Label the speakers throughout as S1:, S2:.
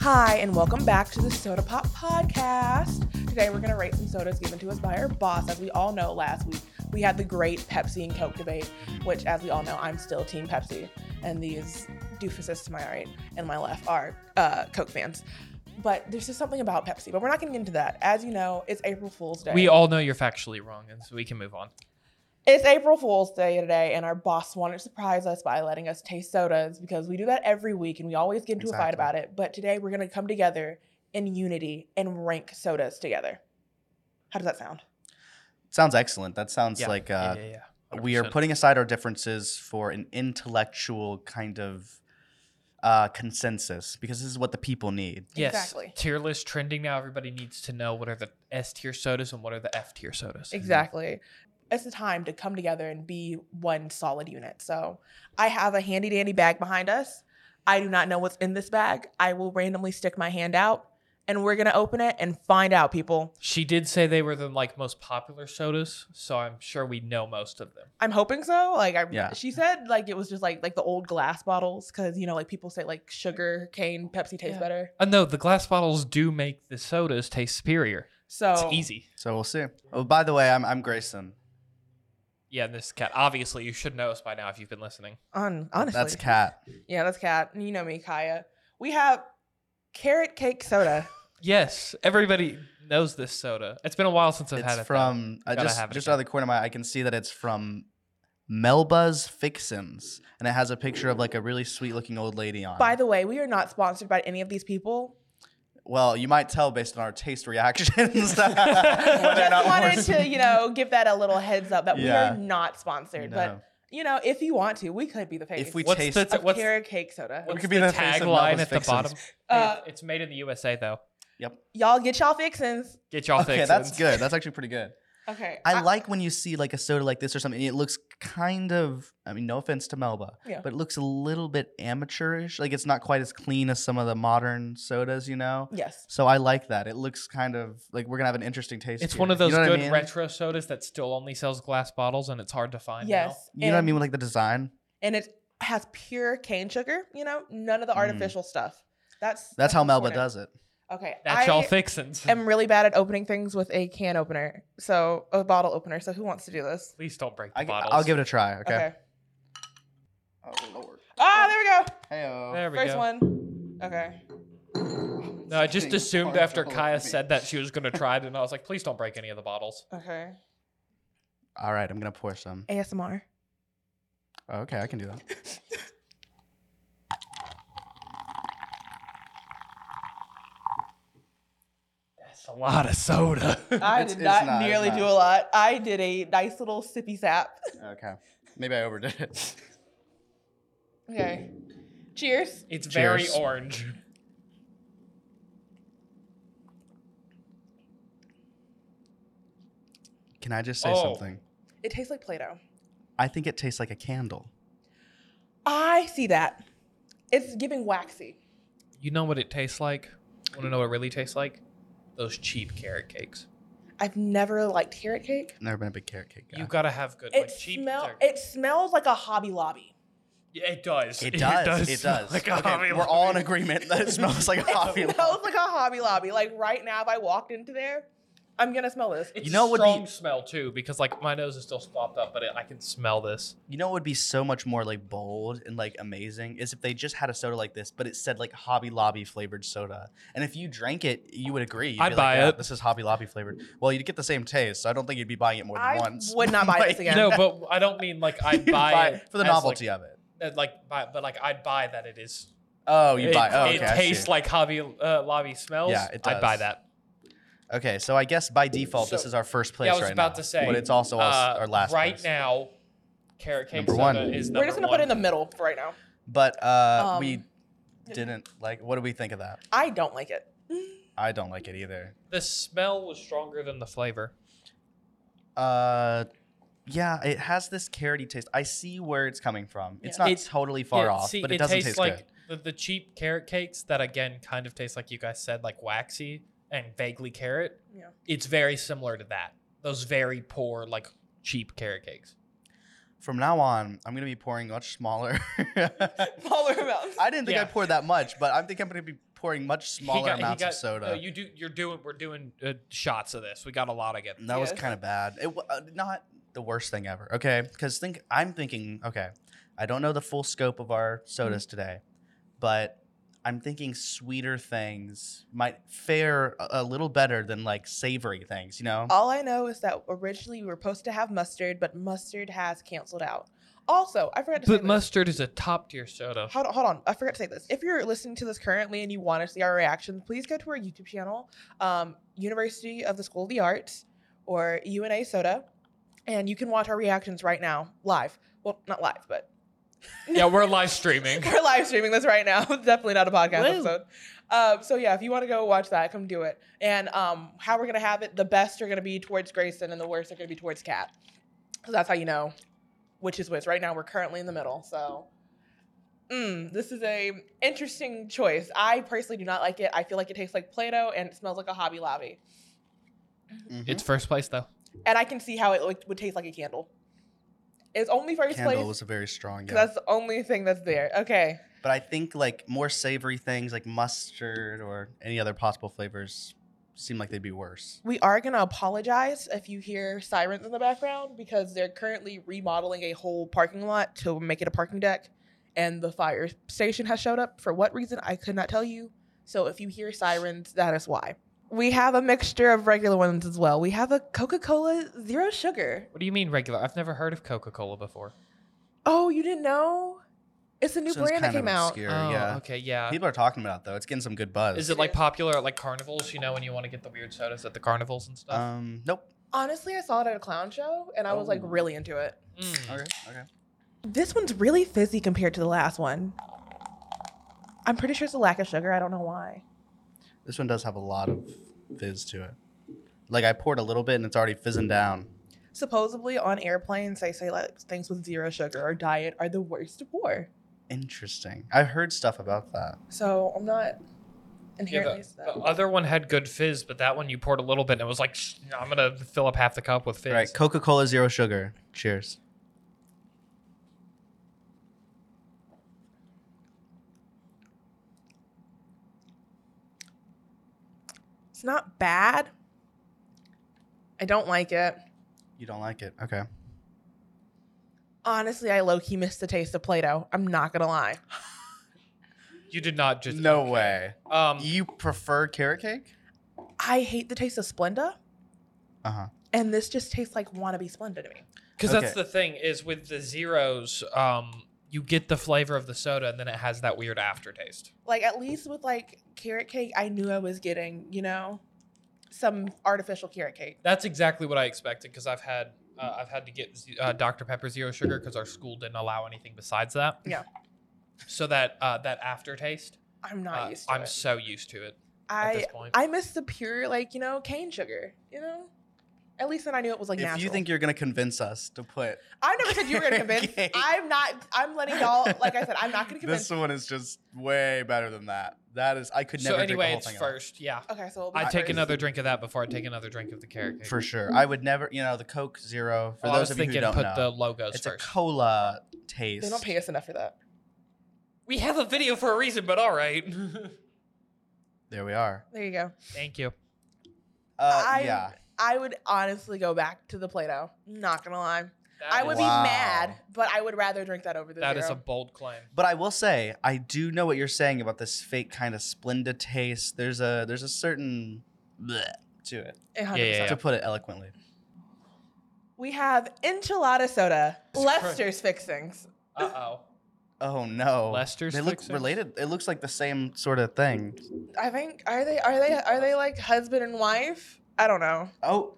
S1: Hi, and welcome back to the Soda Pop Podcast. Today we're going to rate some sodas given to us by our boss. As we all know, last week we had the great Pepsi and Coke debate, which, as we all know, I'm still Team Pepsi, and these doofuses to my right and my left are uh, Coke fans. But there's just something about Pepsi, but we're not going to get into that. As you know, it's April Fool's Day.
S2: We all know you're factually wrong, and so we can move on.
S1: It's April Fool's Day today, and our boss wanted to surprise us by letting us taste sodas because we do that every week and we always get into a fight
S3: Exactly.
S1: about it. But today we're going to come together in unity and rank sodas together. How does that sound?
S3: Sounds excellent. That sounds
S2: Yeah,
S3: like
S2: yeah,
S3: uh,
S2: yeah, yeah,
S3: we are
S2: 100%.
S3: putting aside our differences for an intellectual kind of uh, consensus because this is what the people need.
S2: yes,
S1: Exactly.
S2: tier list trending now. Everybody needs to know what are the S tier sodas and what are the F tier sodas.
S1: Exactly. It's the time to come together and be one solid unit. So I have a handy dandy bag behind us. I do not know what's in this bag. I will randomly stick my hand out and we're going to open it and find out, people.
S2: She did say they were the like most popular sodas, so I'm sure we know most of them.
S1: I'm hoping so. Like I,
S3: Yeah.
S1: she said, like it was just like like the old glass bottles because you know like people say like sugar cane Pepsi tastes
S2: Yeah.
S1: better.
S2: Uh, no, the glass bottles do make the sodas taste superior.
S1: So
S2: It's easy.
S3: So we'll see. Oh, by the way, I'm, I'm Grayson.
S2: Yeah, and this is cat. Obviously, you should know us by now if you've been listening.
S1: On honestly,
S3: That's Kat.
S1: yeah, that's cat. You know me, Kaya. We have carrot cake soda.
S2: Yes, everybody knows this soda. It's been a while since I've had
S3: It's
S2: it. though.
S3: from uh,
S2: Gotta
S3: just
S2: have it
S3: just
S2: again.
S3: out of the corner of my eye, I can see that it's from Melba's Fixins, and it has a picture of like a really sweet looking old lady on.
S1: By
S3: it.
S1: the way, we are not sponsored by any of these people.
S3: well, you might tell based on our taste reactions whether or
S1: Just
S3: not we're-
S1: wanted to you know give that a little heads up that
S3: Yeah.
S1: we are not sponsored,
S3: No.
S1: but you know if you want to, we could be the face
S3: If we
S2: What's
S3: taste,
S2: the-
S1: of
S2: what's-
S1: carrot cake soda.
S3: We
S2: What's
S3: could be
S2: the
S3: the face
S2: tagline
S3: of Melba's
S2: at the
S3: Fixins.
S2: bottom?
S1: Uh,
S2: it's made in the USA though.
S1: Y'all get y'all fixins.
S2: Get y'all
S3: okay,
S2: fixins.
S3: that's good. That's actually pretty good.
S1: Okay,
S3: I like when you see like a soda like this or something. and It looks kind of, I mean, no offense to Melba,
S1: Yeah.
S3: but it looks a little bit amateurish. Like it's not quite as clean as some of the modern sodas, you know?
S1: yes.
S3: So I like that. It looks kind of like we're going to have an interesting taste.
S2: It's
S3: here.
S2: one of those
S3: you know what
S2: good
S3: I mean?
S2: retro sodas that still only sells glass bottles and it's hard to find. now.
S1: Yes.
S3: You know what I
S1: and-
S3: mean with like the design?
S1: and it has pure cane sugar. You know, none of the
S3: Mm.
S1: artificial stuff. That's
S3: That's how Melba
S1: important.
S3: does it.
S1: Okay,
S2: That's
S1: I
S2: y'all fixins.
S1: am really bad at opening things with a can opener, so a bottle opener. So who wants to do this?
S2: Please don't break the
S3: I,
S2: bottles.
S3: will give it a try. Okay.
S1: Okay.
S3: Oh, Lord.
S1: Ah, there
S3: Hey,
S2: There
S1: we go.
S2: we
S1: First
S2: go.
S1: one. Okay.
S2: No, I just
S3: Getting
S2: assumed
S3: hard to
S2: after
S3: hold
S2: Kaya
S3: for me.
S2: said that she was gonna try it, and I was like, please don't break any of the bottles.
S1: Okay.
S3: All right, I'm going to pour some.
S1: ASMR.
S3: Okay, I can do that.
S2: That's a lot of soda.
S1: I
S3: It's-
S1: did
S3: it's
S1: not,
S3: not, it's
S1: nearly
S3: not.
S1: do a lot. I did a nice little sippy sap.
S3: Okay. Maybe I overdid it.
S1: Okay. Cheers.
S2: it's very
S3: Cheers.
S2: orange.
S3: Can I just say
S2: Oh.
S3: something?
S1: It tastes like Play-Doh.
S3: I think it tastes like a candle.
S1: I see that. It's giving waxy.
S2: You know what it tastes like? Want to know what it really tastes like? Those cheap carrot cakes.
S1: I've never liked carrot cake.
S3: Never been a big carrot cake guy.
S2: You gotta have good
S1: It
S2: like cheap.
S1: smell.
S2: carrot-
S1: It smells like a Hobby Lobby.
S2: Yeah, it does.
S3: It does. It does.
S2: smell Like a
S3: okay,
S2: Hobby
S3: we're all in
S2: Lobby.
S3: agreement that it smells like a
S1: It
S3: Hobby
S1: smells
S3: Lobby.
S1: like a Hobby Lobby. Like right now, if I walked into there, I'm gonna smell this.
S2: It's
S3: You know
S2: a
S3: what would be-
S2: strong smell too, because like my nose is still stopped up, but it, I can smell this.
S3: You know what would be so much more like bold and like amazing is if they just had a soda like this, but it said like Hobby Lobby flavored soda. And if you drank it, you would agree. You'd
S2: I'd
S3: be
S2: buy
S3: like, "Yeah,
S2: it."
S3: This is Hobby Lobby flavored. Well, you'd get the same taste, so I don't think you'd be buying it more than
S1: I
S3: once.
S1: would not buy this
S3: Like,
S1: again.
S2: No, but I don't mean like I'd
S3: you'd
S2: buy,
S3: buy
S2: it
S3: for the
S2: as, like,
S3: novelty of it.
S2: that, like buy, but like I'd buy that it is.
S3: Oh, you
S2: it,
S3: buy. Oh, okay.
S2: it
S3: I see.
S2: tastes like Hobby uh, Lobby smells.
S3: Yeah, it
S2: I'd buy
S3: does.
S2: that.
S3: okay, so I guess by default, this
S2: So-
S3: is our first place
S2: yeah, I was
S3: right
S2: about
S3: now,
S2: to say.
S3: but it's also us-
S2: uh,
S3: our last
S2: Right
S3: place.
S2: now, carrot cake
S3: Number
S2: soda
S3: one.
S2: is number
S1: We're just gonna put it in the middle for right now.
S3: But uh,
S1: Um,
S3: we didn't like. What do we think of that?
S1: I don't like it.
S3: I don't like it either.
S2: The smell was stronger than the flavor.
S3: Uh, yeah, it has this carroty taste. I see where it's coming from. It's
S1: Yeah.
S3: not
S2: It-
S3: totally far
S2: Yeah,
S3: off,
S2: see,
S3: but it, doesn't
S2: tastes
S3: taste
S2: like
S3: good.
S2: The, the cheap carrot cakes that again kind of taste like you guys said, like waxy and vaguely carrot.
S1: Yeah.
S2: It's very similar to that. Those very poor, like cheap carrot cakes.
S3: From now on, I'm gonna be pouring much smaller.
S1: Smaller amounts.
S3: I didn't think
S2: Yeah.
S3: I poured that much, but I think I'm gonna be pouring much smaller
S2: got- he
S3: amounts
S2: got-
S3: of soda.
S2: No, you do. You're doing. We're doing uh, shots of this. We got a lot of it.
S3: And that was
S1: Yes.
S3: kind of bad. It wa- uh, not the worst thing ever. Okay, because think I'm thinking. Okay, I don't know the full scope of our sodas
S1: Mm-hmm.
S3: today, but I'm thinking sweeter things might fare a, a little better than like savory things. You know,
S1: All I know is that originally we were supposed to have mustard, but mustard has canceled out. Also, I forgot to say
S2: But
S1: this.
S2: mustard is a top tier soda.
S1: Hold on, hold on. I forgot to say this. If you're listening to this currently and you want to see our reactions, please go to our YouTube channel, um, University of the School of the Arts or UNA Soda, and you can watch our reactions right now, live. Well, not live, but
S2: yeah, we're live streaming.
S1: we're live streaming this right now. It's definitely not a podcast
S3: Woo.
S1: episode. Um, so yeah, if you want to go watch that, come do it. And um, how we're gonna have it? The best are gonna be towards Grayson, and the worst are gonna be towards Kat. So that's how you know which is which. Right now, we're currently in the middle. So. Mm, this is a interesting choice. I personally do not like it. I feel like it tastes like Play-Doh and it smells like a Hobby Lobby.
S3: Mhm.
S2: It's first place though.
S1: And I can see how it like, would taste like a candle. It's only first
S3: candle
S1: place
S3: was a very strong.
S1: 'cause
S3: Yeah.
S1: that's the only thing that's there. Okay.
S3: But I think like more savory things like mustard or any other possible flavors seem like they'd be worse.
S1: We are going to apologize if you hear sirens in the background because they're currently remodeling a whole parking lot to make it a parking deck. And the fire station has showed up. For what reason, I could not tell you. So if you hear sirens, that is why. We have a mixture of regular ones as well. We have a Coca Cola Zero Sugar.
S2: What do you mean regular? I've never heard of Coca Cola before.
S1: Oh, you didn't know? It's a new
S3: So it's
S1: brand that
S3: kind of
S1: came out.
S3: obscure,
S2: oh,
S3: yeah.
S2: Okay. Yeah.
S3: People are talking about it, though. It's getting some good buzz.
S2: Is it like popular at like carnivals? You know, when you want to get the weird sodas at the carnivals and stuff.
S3: Um. Nope.
S1: Honestly, I saw it at a clown show and I was like
S3: Oh.
S1: really into it.
S2: Mm.
S3: Okay. Okay.
S1: This one's really fizzy compared to the last one. I'm pretty sure it's a lack of sugar. I don't know why.
S3: This one does have a lot of fizz to it. Like I poured a little bit and it's already fizzing down.
S1: Supposedly on airplanes, they say like things with zero sugar or diet are the worst to pour.
S3: Interesting. I heard stuff about that.
S1: So I'm not
S2: Yeah,
S1: inherently
S2: the, the
S1: so.
S2: other one had good fizz, but that one you poured a little bit and it was like, "Shh, I'm gonna fill up half the cup with fizz.
S3: All right, Coca-Cola zero sugar. Cheers.
S1: It's not bad. I don't like it.
S3: You don't like it. Okay.
S1: Honestly, I low key missed the taste of Play Doh. I'm not gonna lie.
S2: You did not just
S3: No way.
S2: Um,
S3: You prefer carrot cake?
S1: I hate the taste of Splenda,
S3: Uh-huh.
S1: and this just tastes like wannabe Splenda to me.
S2: because that's
S3: Okay.
S2: the thing is with the zeros, um, you get the flavor of the soda and then it has that weird aftertaste.
S1: like at least with like carrot cake i knew i was getting you know some artificial carrot cake
S2: That's exactly what I expected because I've had uh, I've had to get z- uh, Dr Pepper zero sugar because our school didn't allow anything besides that.
S1: Yeah.
S2: So that uh, that aftertaste,
S1: i'm not
S2: uh,
S1: used to
S2: I'm
S1: it
S2: so used to it at
S1: i
S2: this point.
S1: i miss the pure like you know cane sugar you know at least then i knew it was like
S3: if
S1: natural
S3: you think you're gonna convince us to put
S1: i never said you were gonna
S3: carrot
S1: convince
S3: cake-
S1: i'm not i'm letting y'all like i said i'm not gonna convince
S3: This one is just way better than that. That is I could
S2: so
S3: never
S2: anyway,
S3: drink
S2: it's
S3: the whole thing alone.
S2: first. Yeah.
S1: okay so it'll be
S2: I take
S1: first.
S2: another drink of that before I take another drink of the carrot cake.
S3: For sure.
S1: Mm-hmm.
S3: I would never, you know, the Coke zero for
S2: Oh, I was
S3: those of you who
S2: thinking
S3: don't
S2: put
S3: know.
S2: the logos
S3: it's
S2: first.
S3: a cola taste.
S1: they don't pay us enough for that
S2: we have a video for a reason, but all right.
S3: There we are.
S1: there you go
S2: Thank you.
S3: Uh,
S1: I-
S3: yeah.
S1: i would honestly go back to the play-doh not gonna lie i would
S3: Wow.
S1: be mad but i would rather drink that over the
S2: That
S1: zero.
S2: is a bold claim.
S3: But I will say, I do know what you're saying about this fake kind of Splenda taste. There's a there's a certain bleh to it,
S1: a 100%.
S2: Yeah.
S3: to put it eloquently.
S1: We have enchilada soda,
S2: It's
S1: Lester's fixings.
S2: Uh oh.
S3: Oh no,
S2: Lester's
S3: They look
S2: fixings?
S3: related. It looks like the same sort of thing.
S1: I think are they are they are they like husband and wife? I don't know
S3: Oh,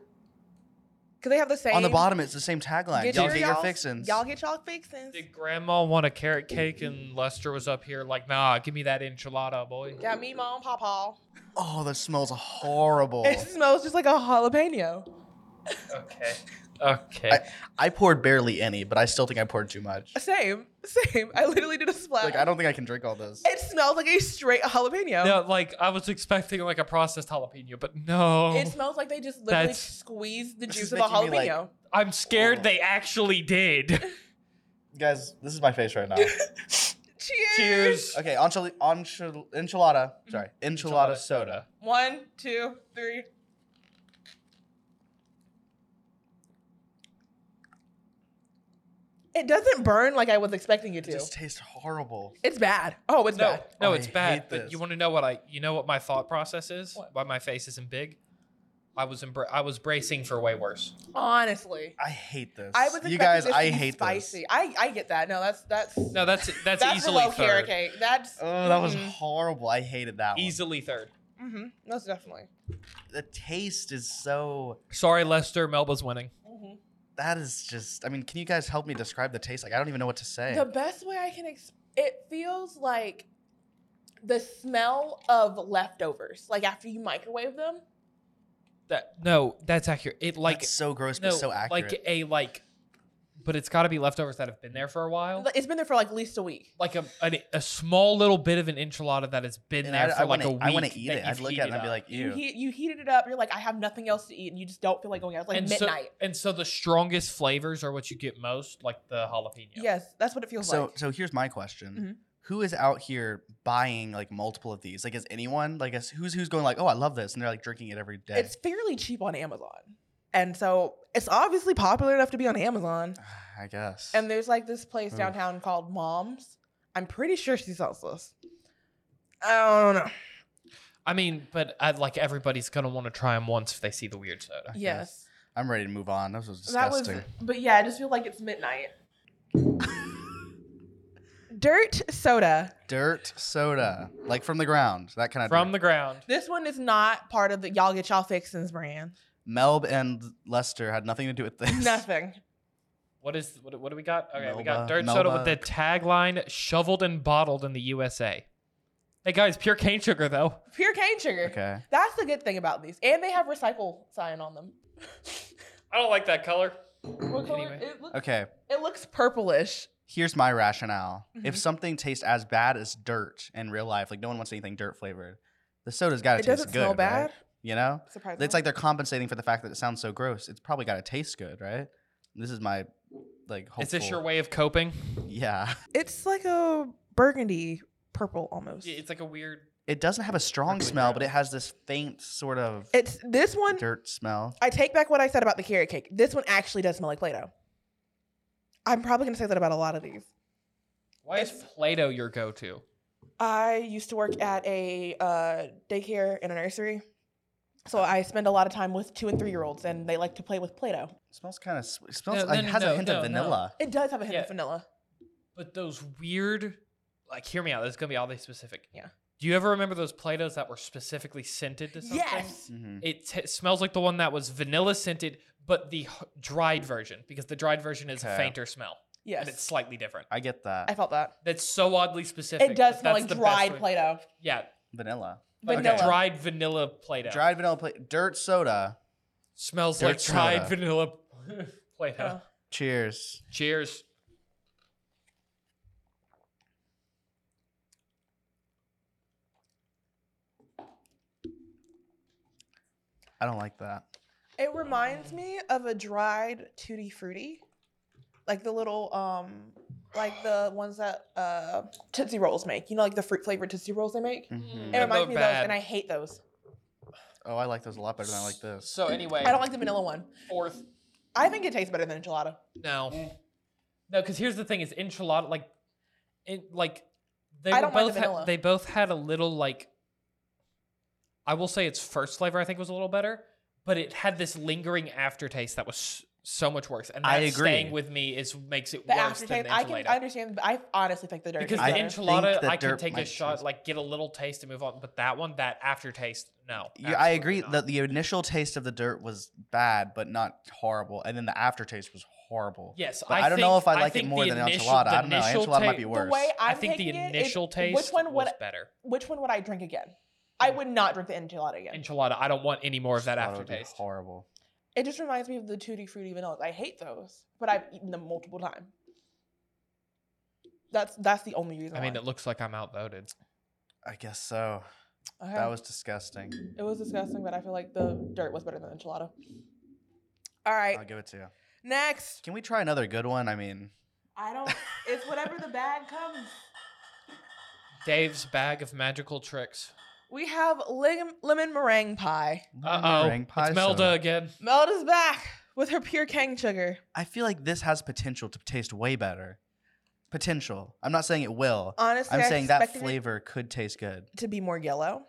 S1: because they have the same
S3: on the bottom, it's the same tagline.
S1: Get
S3: y'all
S1: your
S3: get your
S1: y'all's-
S3: fixins.
S1: Y'all get y'all fixings.
S2: Did grandma want a carrot cake and Lester was up here like, nah, give me that enchilada, boy.
S1: Got me, mom, papa.
S3: oh, that smells horrible.
S1: It smells just like a jalapeno.
S2: Okay. Okay.
S3: I poured barely any, but I still think I poured too much.
S1: Same, same. I literally did a splash.
S3: Like I don't think I can drink all this.
S1: It smells like a straight
S3: um,
S1: jalapeno.
S2: no, like I was expecting like a processed jalapeno, but no.
S1: It smells like they just literally
S2: That's-
S1: squeezed the
S3: This
S1: juice
S3: is
S1: of a
S3: making me, like-
S1: jalapeno.
S2: I'm scared they actually did.
S3: Guys, this is my face right now.
S1: Cheers.
S2: Cheers.
S3: Okay, enchil- enchil- enchilada.
S1: Mm-hmm.
S3: Sorry, enchilada, soda.
S1: One, two, three. It doesn't burn like I was expecting it to.
S3: It just tastes horrible.
S1: it's bad. Oh, it's
S2: No,
S1: bad.
S2: no,
S3: I
S2: it's bad.
S3: hate
S2: But
S3: this.
S2: you want to know what I? You know what my thought process is?
S1: What?
S2: Why my face isn't big? I was embra- I was bracing for way worse.
S1: Honestly,
S3: I hate this.
S1: I was. expecting
S3: you guys,
S1: this to
S3: I
S1: be
S3: hate
S1: spicy.
S3: this.
S1: I I get that. No, that's that's
S2: No, that's that's,
S1: that's
S2: easily
S1: below carrot
S2: third.
S1: cake. That's
S3: Oh, that was
S1: mhm,
S3: horrible. I hated that one.
S2: Easily third.
S1: mhm, most definitely.
S3: The taste is so.
S2: Sorry, Lester. Melba's winning.
S1: Mhm.
S3: That is just. I mean, can you guys help me describe the taste? Like, I don't even know what to say.
S1: The best way I can ex- it feels like the smell of leftovers, like after you microwave them.
S2: That no, that's accurate. It like
S3: That's so gross,
S2: no,
S3: but so accurate.
S2: like a like, but it's got to be leftovers that have been there for a while.
S1: It's been there for like at least a week.
S2: Like a, an, a small little bit of an enchilada that has been
S3: And
S2: there
S3: I,
S2: for
S3: I
S2: like
S3: wanna,
S2: a week.
S3: I want to eat
S2: that
S3: it. I'd
S2: you've
S3: look at it and
S2: heated
S3: I'd be
S2: up.
S3: like,
S1: You,
S3: ew.
S1: heat, you heated it up. You're like, I have nothing else to eat, and you just don't feel like going out. It's like
S2: and
S1: midnight.
S2: So, and so the strongest flavors are what you get most, like the jalapeno.
S1: Yes, that's what it feels
S3: So,
S1: like.
S3: so here's my question.
S1: Mhm.
S3: Who is out here buying like multiple of these? Like, is anyone like is, who's who's going like, oh, I love this, and they're like drinking it every day?
S1: It's fairly cheap on Amazon, and so it's obviously popular enough to be on Amazon.
S3: Ah, I guess.
S1: And there's like this place
S3: Oof.
S1: downtown called Mom's. I'm pretty sure she sells this. I don't know.
S2: I mean, but I, like everybody's gonna want to try them once if they see the weird soda.
S3: I
S1: Yes.
S3: I'm ready to move on. That was
S1: That was,
S3: disgusting.
S1: but yeah, I just feel like it's midnight. Dirt soda.
S3: Dirt soda, like from the ground, that kind of.
S2: From the ground.
S1: This one is not part of the y'all get y'all fixins brand.
S3: Melb and Lester had nothing to do with this.
S1: Nothing.
S2: What is what, what do we got? Okay, we got
S3: Melba-
S2: dirt soda with the
S3: Melba.
S2: tagline "shoveled and bottled in the USA." Hey guys, pure cane sugar though.
S1: Pure cane sugar.
S3: Okay.
S1: That's the good thing about these, and they have recycle sign on them.
S2: I don't like that color.
S1: What color-
S2: Anyway.
S1: It, looks,
S3: Okay.
S1: it looks purplish.
S3: Here's my rationale.
S1: Mhm.
S2: Mm-hmm.
S3: If something tastes as bad as dirt in real life, like no one wants anything dirt flavored, the soda's got to
S1: It
S3: taste
S1: doesn't
S3: good.
S1: smell
S3: right?
S1: bad.
S3: You know?
S1: Surprisingly,
S3: It's like they're compensating for the fact that it sounds so gross. It's probably got to taste good, right? This is my like hopeful.
S2: Is this your way of coping?
S3: Yeah.
S1: it's like a burgundy purple almost.
S2: It's like a weird.
S3: It doesn't have a strong
S2: Perfectly
S3: smell, but
S2: brown.
S3: it has this faint sort of
S1: It's this one.
S3: dirt smell.
S1: I take back what I said about the carrot cake. This one actually does smell like Play-Doh. I'm probably gonna say that about a lot of these.
S2: Why is
S1: It's-
S2: Play-Doh your go-to?
S1: I used to work at a uh, daycare and a nursery, so I spend a lot of time with two and three year olds, and they like to play with Play-Doh.
S3: It smells kind of it smells
S2: No,
S3: like it
S2: no,
S3: has
S2: no,
S3: a hint
S2: no,
S3: of
S2: no.
S3: vanilla.
S1: It does have a hint
S2: Yeah.
S1: of vanilla.
S2: But those weird, like, hear me out. This is gonna be all the specific.
S1: Yeah.
S2: Do you ever remember those Play-Dohs that were specifically scented to something?
S1: Yes.
S3: Mm-hmm.
S2: It t- smells like the one that was vanilla scented, but the h- dried version, because the dried version is a
S3: Okay.
S2: fainter smell
S1: Yes.
S2: and it's slightly different.
S3: I get that
S1: I felt that.
S2: That's so oddly specific.
S1: It does
S2: but
S1: smell
S2: that's
S1: like
S2: the best
S1: dried
S2: way-
S1: Play-Doh.
S2: Yeah,
S3: vanilla,
S2: like
S1: Vanilla.
S2: dried vanilla Play-Doh.
S3: dried vanilla, pla- dirt soda.
S2: smells
S3: Dirt
S2: like dried
S3: soda.
S2: vanilla Play-Doh.
S1: Oh.
S3: Cheers.
S2: Cheers.
S3: I don't like that.
S1: It reminds me of a dried tutti frutti, like the little um, like the ones that uh Tootsie Rolls make. You know, like the fruit flavored Tootsie Rolls they make.
S3: Mhm.
S1: It
S2: Yeah,
S1: reminds
S2: they're
S1: me of those,
S2: Mm, bad.
S1: and I hate those.
S3: Oh, I like those a lot better than I like this.
S2: So anyway,
S1: I don't like the vanilla one.
S2: fourth.
S1: I think it tastes better than enchilada.
S2: No,
S1: Eh.
S2: no, because here's the thing: is enchilada like, in like they
S1: I
S2: were
S1: don't like the
S2: both ha-
S1: vanilla.
S2: they both had a little like. I will say its first flavor I think was a little better, but it had this lingering aftertaste that was s- so much worse, and that
S3: I
S2: staying
S3: agree.
S2: with me is makes it
S1: The
S2: worse than
S1: aftertaste,
S2: the
S1: I can
S2: enchilada.
S1: understand, but I honestly think the dirt
S2: because
S1: is
S2: the
S3: I
S1: better.
S3: think
S2: enchilada,
S3: the
S2: I can
S3: dirt
S2: take a
S3: might
S2: shot,
S3: choose-
S2: like get a little taste and move on. But that one, that aftertaste, no.
S3: You, I
S2: absolutely
S3: agree
S2: not.
S3: that the initial taste of the dirt was bad, but not horrible, and then the aftertaste was horrible.
S2: yes,
S3: but I, don't know
S2: think-
S3: if I like
S2: think
S3: it more
S2: the
S3: than
S2: initial-
S3: enchilada.
S2: the
S3: I don't know.
S2: initial
S3: Enchilada might
S2: ta-
S3: be
S1: the
S3: worse.
S1: way I'm
S2: I think the
S1: taking it is-
S2: initial taste
S1: Which one would
S2: was better.
S1: which one would I drink again? I would not drink the enchilada again.
S2: Enchilada, I don't want any more of that
S3: Enchilada would be
S2: aftertaste.
S3: Horrible.
S1: It just reminds me of the tutti frutti vanillas. I hate those, but I've eaten them multiple times. That's that's the only reason.
S2: I mean,
S1: why.
S2: it looks like I'm outvoted.
S3: I guess so.
S1: Okay.
S3: That was disgusting.
S1: it was disgusting, but I feel like the dirt was better than enchilada. All right,
S3: I'll give it to you.
S1: next.
S3: Can we try another good one? I mean,
S1: I don't. It's whatever the bag comes.
S2: Dave's bag of magical tricks.
S1: We have lim- lemon meringue pie.
S2: Uh oh.
S3: Meringue pie
S2: It's Melda
S3: soda.
S2: again.
S1: Melda's back with her pure cane sugar.
S3: I feel like this has potential to taste way better. Potential. I'm not saying it will.
S1: Honestly,
S3: I'm
S1: Oh, I
S3: saying that
S1: expected it
S3: flavor could taste good.
S1: to be more yellow.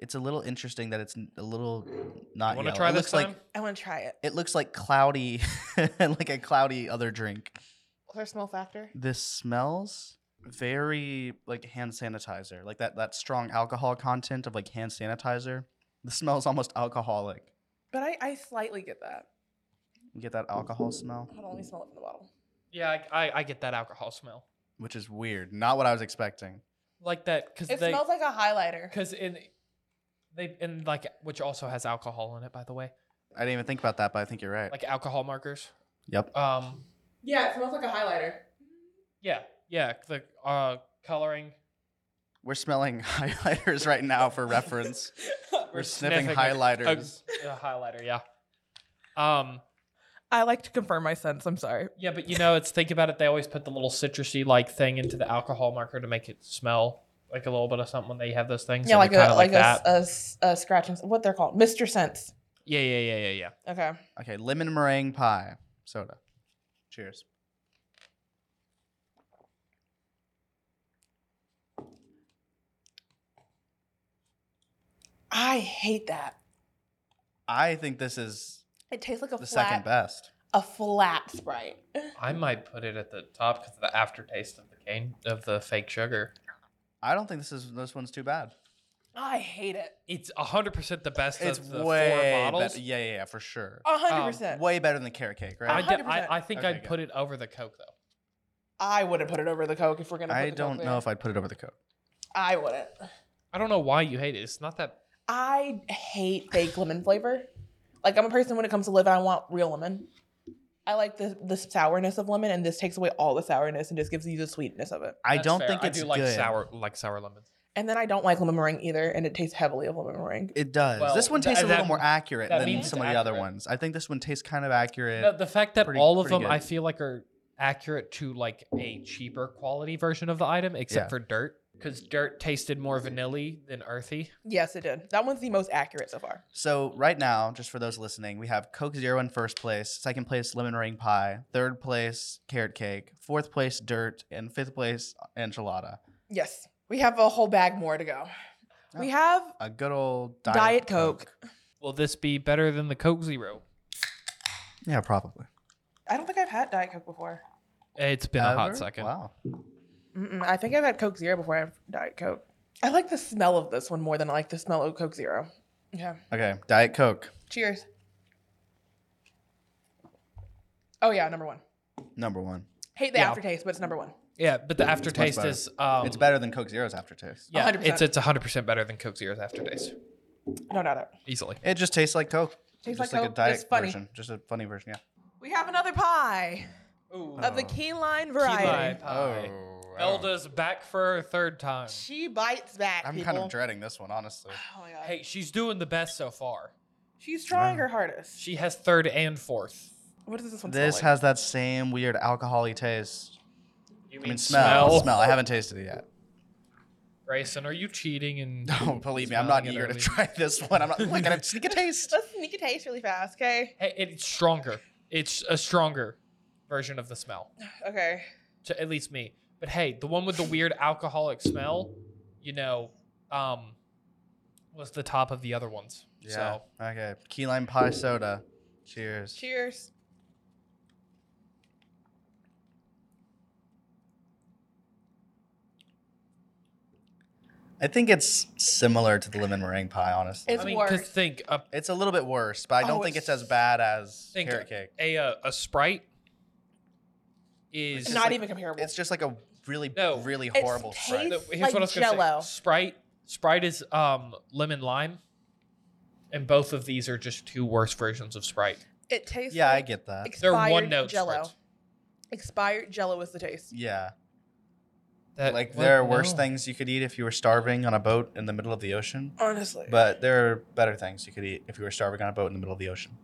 S3: It's a little interesting that it's n- a little
S2: You
S3: not.
S2: want to
S3: yellow.
S2: try
S3: it
S2: this
S3: looks
S2: time?
S3: like
S1: I want to try it.
S3: it looks like cloudy, like a cloudy other drink.
S1: What's our smell factor?
S3: This smells very like hand sanitizer, like that that strong alcohol content of like hand sanitizer. The smell is almost alcoholic.
S1: But I, I slightly get that.
S3: You get that alcohol smell,
S1: Hold on, let me smell it from the bottle.
S2: yeah, I, I, I get that alcohol smell.
S3: which is weird. Not what I was expecting.
S2: Like that because
S1: It
S2: they
S1: smells like a highlighter.
S2: because in they and like which also has alcohol in it by the way,
S3: I didn't even think about that, but I think you're right.
S2: like alcohol markers.
S3: yep.
S2: Um,
S1: Yeah, it smells like a highlighter.
S2: yeah, yeah, the uh coloring.
S3: We're smelling highlighters right now for reference. We're sniffing,
S2: a- a-
S3: highlighters.
S2: a highlighter, yeah. Um,
S1: I like to confirm my sense. I'm sorry.
S2: yeah, but you know, it's think about it. They always put the little citrusy like thing into the alcohol marker to make it smell like a little bit of something when they have those things.
S1: Yeah,
S2: and
S1: like
S2: they're
S1: a
S2: kinda
S1: like, a,
S2: that.
S1: s- a s- a scratch and s- what they're called, Mr. Sense.
S2: yeah, yeah, yeah, yeah, yeah.
S1: Okay.
S3: okay, lemon meringue pie soda. Cheers.
S1: I hate that.
S3: I think this is
S1: It tastes like a
S3: the second
S1: flat
S3: best.
S1: a flat Sprite.
S2: I might put it at the top because of the aftertaste of the cane of the fake sugar.
S3: I don't think this is this one's too bad.
S1: I hate it.
S2: It's hundred percent the best
S3: It's
S2: of the
S3: way
S2: four bottles.
S3: better. Yeah, yeah, yeah, for sure.
S1: A hundred
S2: Um,
S1: percent.
S3: Way better than the carrot cake,
S2: I,
S3: right?
S2: did, I,
S1: 100%.
S2: I think
S3: Okay,
S2: I'd
S3: good.
S2: put it over the Coke though.
S1: I wouldn't put it over the Coke if we're gonna. Put
S3: I,
S1: the
S3: don't
S1: Coke
S3: know
S1: there.
S3: if I'd put it over the coke.
S1: I wouldn't.
S2: I don't know why you hate it. It's not that.
S1: I hate fake lemon flavor. Like I'm a person when it comes to lemon, I want real lemon. I like the the sourness of lemon, and this takes away all the sourness and just gives you the sweetness of it.
S3: I
S2: that's
S3: don't
S2: fair.
S3: think it's
S2: I do like
S3: good.
S2: sour, like sour lemon.
S1: And then I don't like lemon meringue either, and it tastes heavily of lemon meringue.
S3: It does.
S2: Well,
S3: this one
S2: th-
S3: tastes a little
S2: that-
S3: more accurate
S2: that
S3: than
S2: means
S3: some
S2: it's
S3: of the other
S2: accurate.
S3: ones. I think this one tastes kind of accurate.
S2: No, the fact that
S3: Pretty-
S2: all of
S3: pretty
S2: them I
S3: good.
S2: feel like are accurate to like a cheaper quality version of the item, except
S3: Yeah.
S2: for dirt, because dirt tasted more vanilla than earthy.
S1: Yes, it did. That one's the most accurate so far.
S3: So right now, just for those listening, we have Coke Zero in first place, second place lemon meringue pie, third place carrot cake, fourth place dirt, and fifth place enchilada.
S1: Yes, we have a whole bag more to go. We
S3: Oh.
S1: have
S3: A good old diet,
S1: Diet Coke.
S2: Will this be better than the Coke Zero?
S3: Yeah, probably.
S1: I don't think I've had Diet Coke before.
S2: It's been a
S3: Ever?
S2: hot second.
S3: Wow.
S1: Mm-mm, I think I've had Coke Zero before I've Diet Coke. I like the smell of this one more than I like the smell of Coke Zero. Yeah.
S3: Okay, diet Coke
S1: Cheers. Oh yeah, number one.
S3: number one.
S1: Hate the
S2: Yeah.
S1: aftertaste, but it's number one.
S2: Yeah, but the aftertaste
S3: better.
S2: is um,
S3: it's better than Coke Zero's aftertaste.
S2: Yeah,
S1: 100%.
S2: it's it's hundred percent better than Coke Zero's aftertaste
S1: No doubt it.
S2: easily.
S3: It just tastes like Coke.
S1: Tastes
S3: just
S1: like
S3: a
S1: Coke.
S3: diet
S1: It's funny.
S3: version, just a funny version. Yeah.
S1: We have another pie
S2: Ooh,
S1: of the
S3: Oh.
S1: key line variety.
S2: pie.
S3: I don't-
S2: Elda's back for her third time.
S1: She bites back.
S3: I'm
S1: people.
S3: kind of dreading this one, honestly.
S1: Oh my god.
S2: Hey, she's doing the best so far.
S1: She's trying her hardest.
S2: She has third and fourth.
S1: What does this one
S3: This
S1: smell
S3: has that same weird alcohol-y taste.
S2: You
S3: I mean, smell, smell.
S2: smell.
S3: I haven't tasted it yet.
S2: Grayson, are you cheating? And
S3: Don't believe me, I'm not
S2: Smelling it
S3: eager to
S2: early.
S3: try this one. I'm not. Look at it, sneak a
S1: like?
S3: taste.
S1: Let's sneak a taste really fast, okay?
S2: hey, it's stronger. It's a stronger version of the smell,
S1: Okay.
S2: to at least me. But hey, the one with the weird alcoholic smell, you know, um, was the top of the other ones. So
S3: Okay. Key lime pie soda. Cheers.
S1: Cheers.
S3: I think it's similar to the lemon meringue pie, honestly.
S1: It's
S2: I mean, 'cause
S1: worse.
S2: think a
S3: It's a little bit worse, but I don't
S1: Oh,
S3: think it's
S1: it's-
S3: as bad as
S2: Think-
S3: carrot cake.
S2: a uh, a sprite is
S3: It's
S1: Not
S3: like-
S1: even comparable.
S3: It's just like a really,
S2: No.
S3: really
S1: It's
S3: horrible Sprite.
S2: No,
S1: taste-
S2: here's
S1: like
S2: what I was gonna
S1: Jell-O.
S2: say. Sprite Sprite is um lemon lime, and both of these are just two worse versions of Sprite.
S1: it tastes
S3: Yeah, I
S1: like
S3: get that.
S2: They're
S1: expired
S2: one-note
S1: jello.
S2: spreads.
S1: Expired jello is the taste.
S3: Yeah,
S2: That
S3: like
S2: what?
S3: there are worse
S2: No.
S3: things you could eat if you were starving on a boat in the middle of the ocean,
S1: Honestly.
S3: but there are better things you could eat if you were starving on a boat in the middle of the ocean.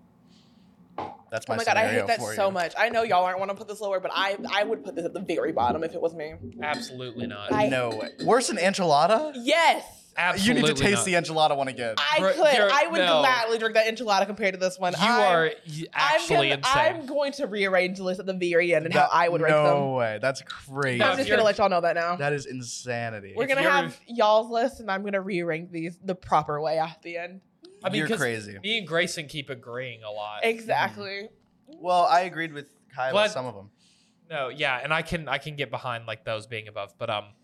S3: That's my.
S1: Oh my god, I
S3: scenario
S1: hate that
S3: for
S1: so
S3: you.
S1: much. I know y'all aren't want to put this lower, but I I would put this at the very bottom if it was me.
S2: Absolutely not.
S1: I-
S3: No way. Worse than enchilada?
S1: Yes.
S2: Absolutely
S3: you need to taste
S2: not.
S3: the enchilada one again.
S1: I
S2: Bro,
S1: could.
S2: you're-
S1: I would
S2: no.
S1: gladly drink that enchilada compared to this one.
S2: You
S1: I'm,
S2: are y- actually
S1: I'm gonna, I'm
S2: insane.
S1: going to rearrange the list at the very end and how
S3: That-
S1: I would rank
S3: No way. That's
S1: them.
S3: crazy.
S2: No,
S1: I'm just gonna
S2: you're-
S1: let y'all know that now.
S3: that is insanity.
S1: We're
S2: if
S1: gonna
S2: you're-
S1: have y'all's list, and I'm gonna rearrange these the proper way at the end.
S2: I mean,
S3: You're
S2: 'cause
S3: crazy.
S2: Me and Grayson keep agreeing a lot.
S1: Exactly.
S3: Well, I agreed with Kyle
S2: Glad-
S3: with some of them.
S2: No, yeah, and I can I can get behind like those being above, but um,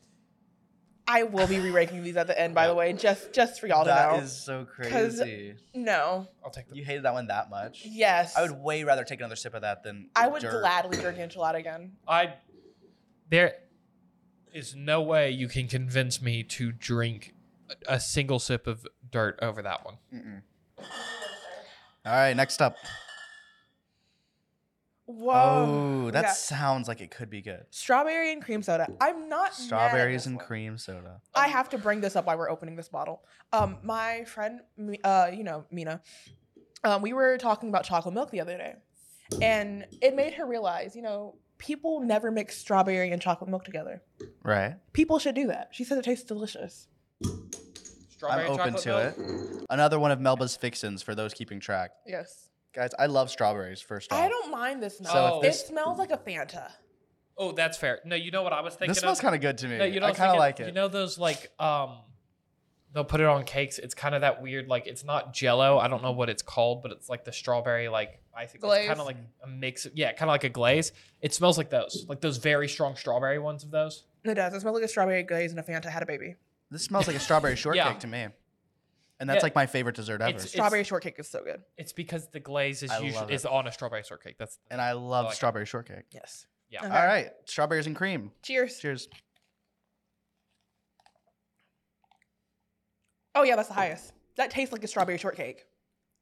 S1: I will be re-ranking these at the end, by the way, just just for y'all to
S3: That
S1: know.
S3: is so
S1: 'Cause-
S3: crazy.
S1: no.
S2: I'll take the
S3: You hated that one that much.
S1: Yes.
S3: I would way rather take another sip of that than.
S1: I would
S3: dirt.
S1: gladly drink enchilada again.
S2: I there is no way you can convince me to drink a- a single sip of dirt over that one.
S3: Mm-mm. All right, next up.
S1: Whoa.
S3: oh, that
S1: yeah.
S3: sounds like it could be good.
S1: Strawberry and cream soda. I'm not mad at
S3: Strawberries
S1: this
S3: and
S1: one.
S3: cream soda.
S1: I have to bring this up while we're opening this bottle. Um, my friend, Mi- uh, you know Mina, um, we were talking about chocolate milk the other day, and it made her realize, you know, people never mix strawberry and chocolate milk together.
S3: Right.
S1: People should do that. She says it tastes delicious.
S2: Strawberry
S3: I'm open
S2: chocolate
S3: to
S2: milk?
S3: it. Another one of Melba's fixins for those keeping track.
S1: Yes,
S3: Guys, I love strawberries. First off,
S1: I don't mind this now.
S2: So if
S1: it
S2: this-
S1: smells like a Fanta.
S2: Oh, that's fair. No, you know what I was thinking.
S3: This smells
S2: of?
S3: kind of good to me.
S2: No, you know,
S3: I
S2: was
S3: kind of
S2: thinking-
S3: like it.
S2: You know those like um, they'll put it on cakes. It's kind of that weird like it's not Jello. I don't know what it's called, but it's like the strawberry like I think it's
S1: Glaze?
S2: kind of like a mix. Of, yeah, kind of like a glaze. It smells like those, like those very strong strawberry ones of those.
S1: It does. It smells like a strawberry glaze and a Fanta had a baby.
S3: this smells like a strawberry shortcake
S2: Yeah.
S3: to me, and that's
S2: Yeah.
S3: like my favorite dessert ever.
S2: It's-
S1: Strawberry shortcake is so good.
S2: It's because the glaze is
S3: I love
S2: usually
S3: it.
S2: is on a strawberry shortcake. That's
S3: and I love
S2: I like it.
S3: strawberry shortcake.
S1: Yes.
S2: Yeah.
S1: Okay.
S3: All right, strawberries and cream.
S1: Cheers.
S3: Cheers.
S1: Oh yeah, that's the highest. That tastes like a strawberry shortcake.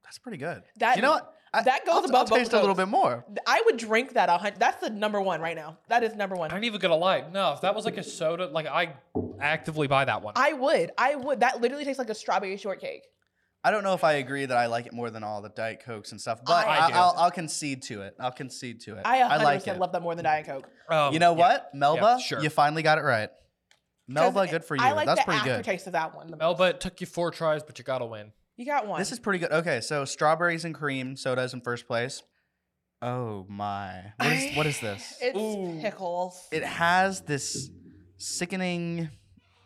S3: That's pretty good.
S1: That-
S3: you know what? I,
S1: that goes
S3: I'll,
S1: above both
S3: I'll taste
S1: of
S3: a little
S1: those.
S3: bit more.
S1: I would drink that. A hun- that's the number one right now. That is number one.
S2: I'm not even gonna lie. No, if that was like a soda, like I actively buy that one.
S1: I would. I would. That literally tastes like a strawberry shortcake.
S3: I don't know if I agree that I like it more than all the diet cokes and stuff, but
S1: I
S3: I,
S2: do.
S3: will I'll concede to it. I'll concede to it.
S1: I 100%
S3: like it.
S1: love that more than Diet Coke.
S2: Um,
S3: you know
S2: yeah.
S3: what, Melba?
S2: sure.
S3: You finally got it right.
S1: 'Cause
S3: Melba, good for you.
S1: I like
S3: That's
S1: the
S3: pretty good.
S1: aftertaste of that one. the most.
S2: Melba, it took you four tries, but you gotta win.
S1: You got one.
S3: This is pretty good. Okay, so strawberries and cream sodas in first place. Oh my! What is, what is this?
S1: It's
S2: Ooh.
S1: pickles.
S3: It has this sickening.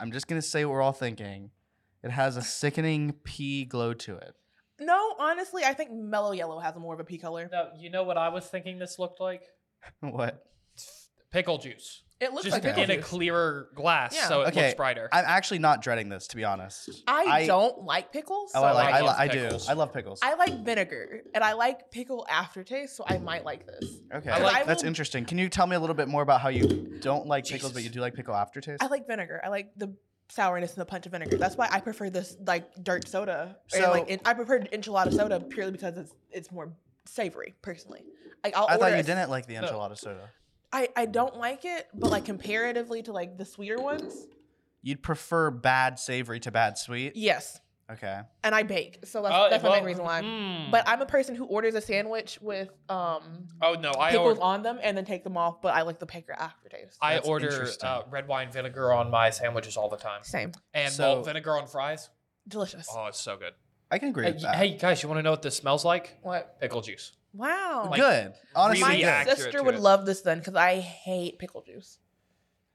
S3: I'm just gonna say what we're all thinking. It has a sickening pea glow to it.
S1: no, honestly, I think mellow yellow has more of a pea color.
S2: No, you know what I was thinking this looked like?
S3: What?
S2: Pickle juice.
S1: It looks
S2: Just
S1: like
S3: that.
S1: pickle
S2: in a
S1: juice.
S2: clearer glass,
S1: Yeah.
S2: so it
S3: Okay,
S2: looks brighter.
S3: I'm actually not dreading this, to be honest.
S1: I
S3: I-
S1: don't like pickles.
S3: Oh,
S1: so
S3: I like.
S1: I,
S3: I,
S2: love
S3: li- I do.
S2: pickles.
S3: I love pickles.
S1: I like vinegar and I like pickle aftertaste, so I might like this.
S3: okay,
S2: I like-
S1: I
S3: that's
S1: will-
S3: interesting. Can you tell me a little bit more about how you don't like pickles, but
S2: Jesus.
S3: you do like pickle aftertaste?
S1: I like vinegar. I like the sourness and the punch of vinegar. That's why I prefer this like dirt soda. and,
S3: So-
S1: like en- I prefer enchilada soda purely because it's it's more savory. Personally, like I'll
S3: I
S1: order
S3: thought
S1: a-
S3: you didn't like the
S2: No.
S3: enchilada soda.
S1: I I don't like it, but like comparatively to like the sweeter ones,
S3: You'd prefer bad savory to bad sweet.
S1: yes.
S3: Okay.
S1: And I bake, so that's,
S2: Oh,
S1: that's my
S2: well,
S1: main reason why.
S2: mm.
S1: But I'm a person who orders a sandwich with um
S2: oh no, I
S1: pickles
S2: order,
S1: on them and then take them off. But I like the pickle aftertaste.
S2: I
S3: That's
S2: order
S3: interesting.
S2: uh, red wine vinegar on my sandwiches all the time,
S1: Same,
S2: and
S3: So-
S2: malt vinegar on fries.
S1: delicious.
S2: Oh, it's so good.
S3: I can agree
S2: Hey,
S3: with
S2: Uh, y-
S3: that.
S2: hey, guys, you want to know what this smells like?
S1: What?
S2: Pickle juice.
S1: Wow.
S2: like,
S3: good. Honestly,
S1: my
S2: really
S3: good.
S2: accurate
S1: sister
S2: to
S1: would
S2: it.
S1: love this then because I hate pickle juice.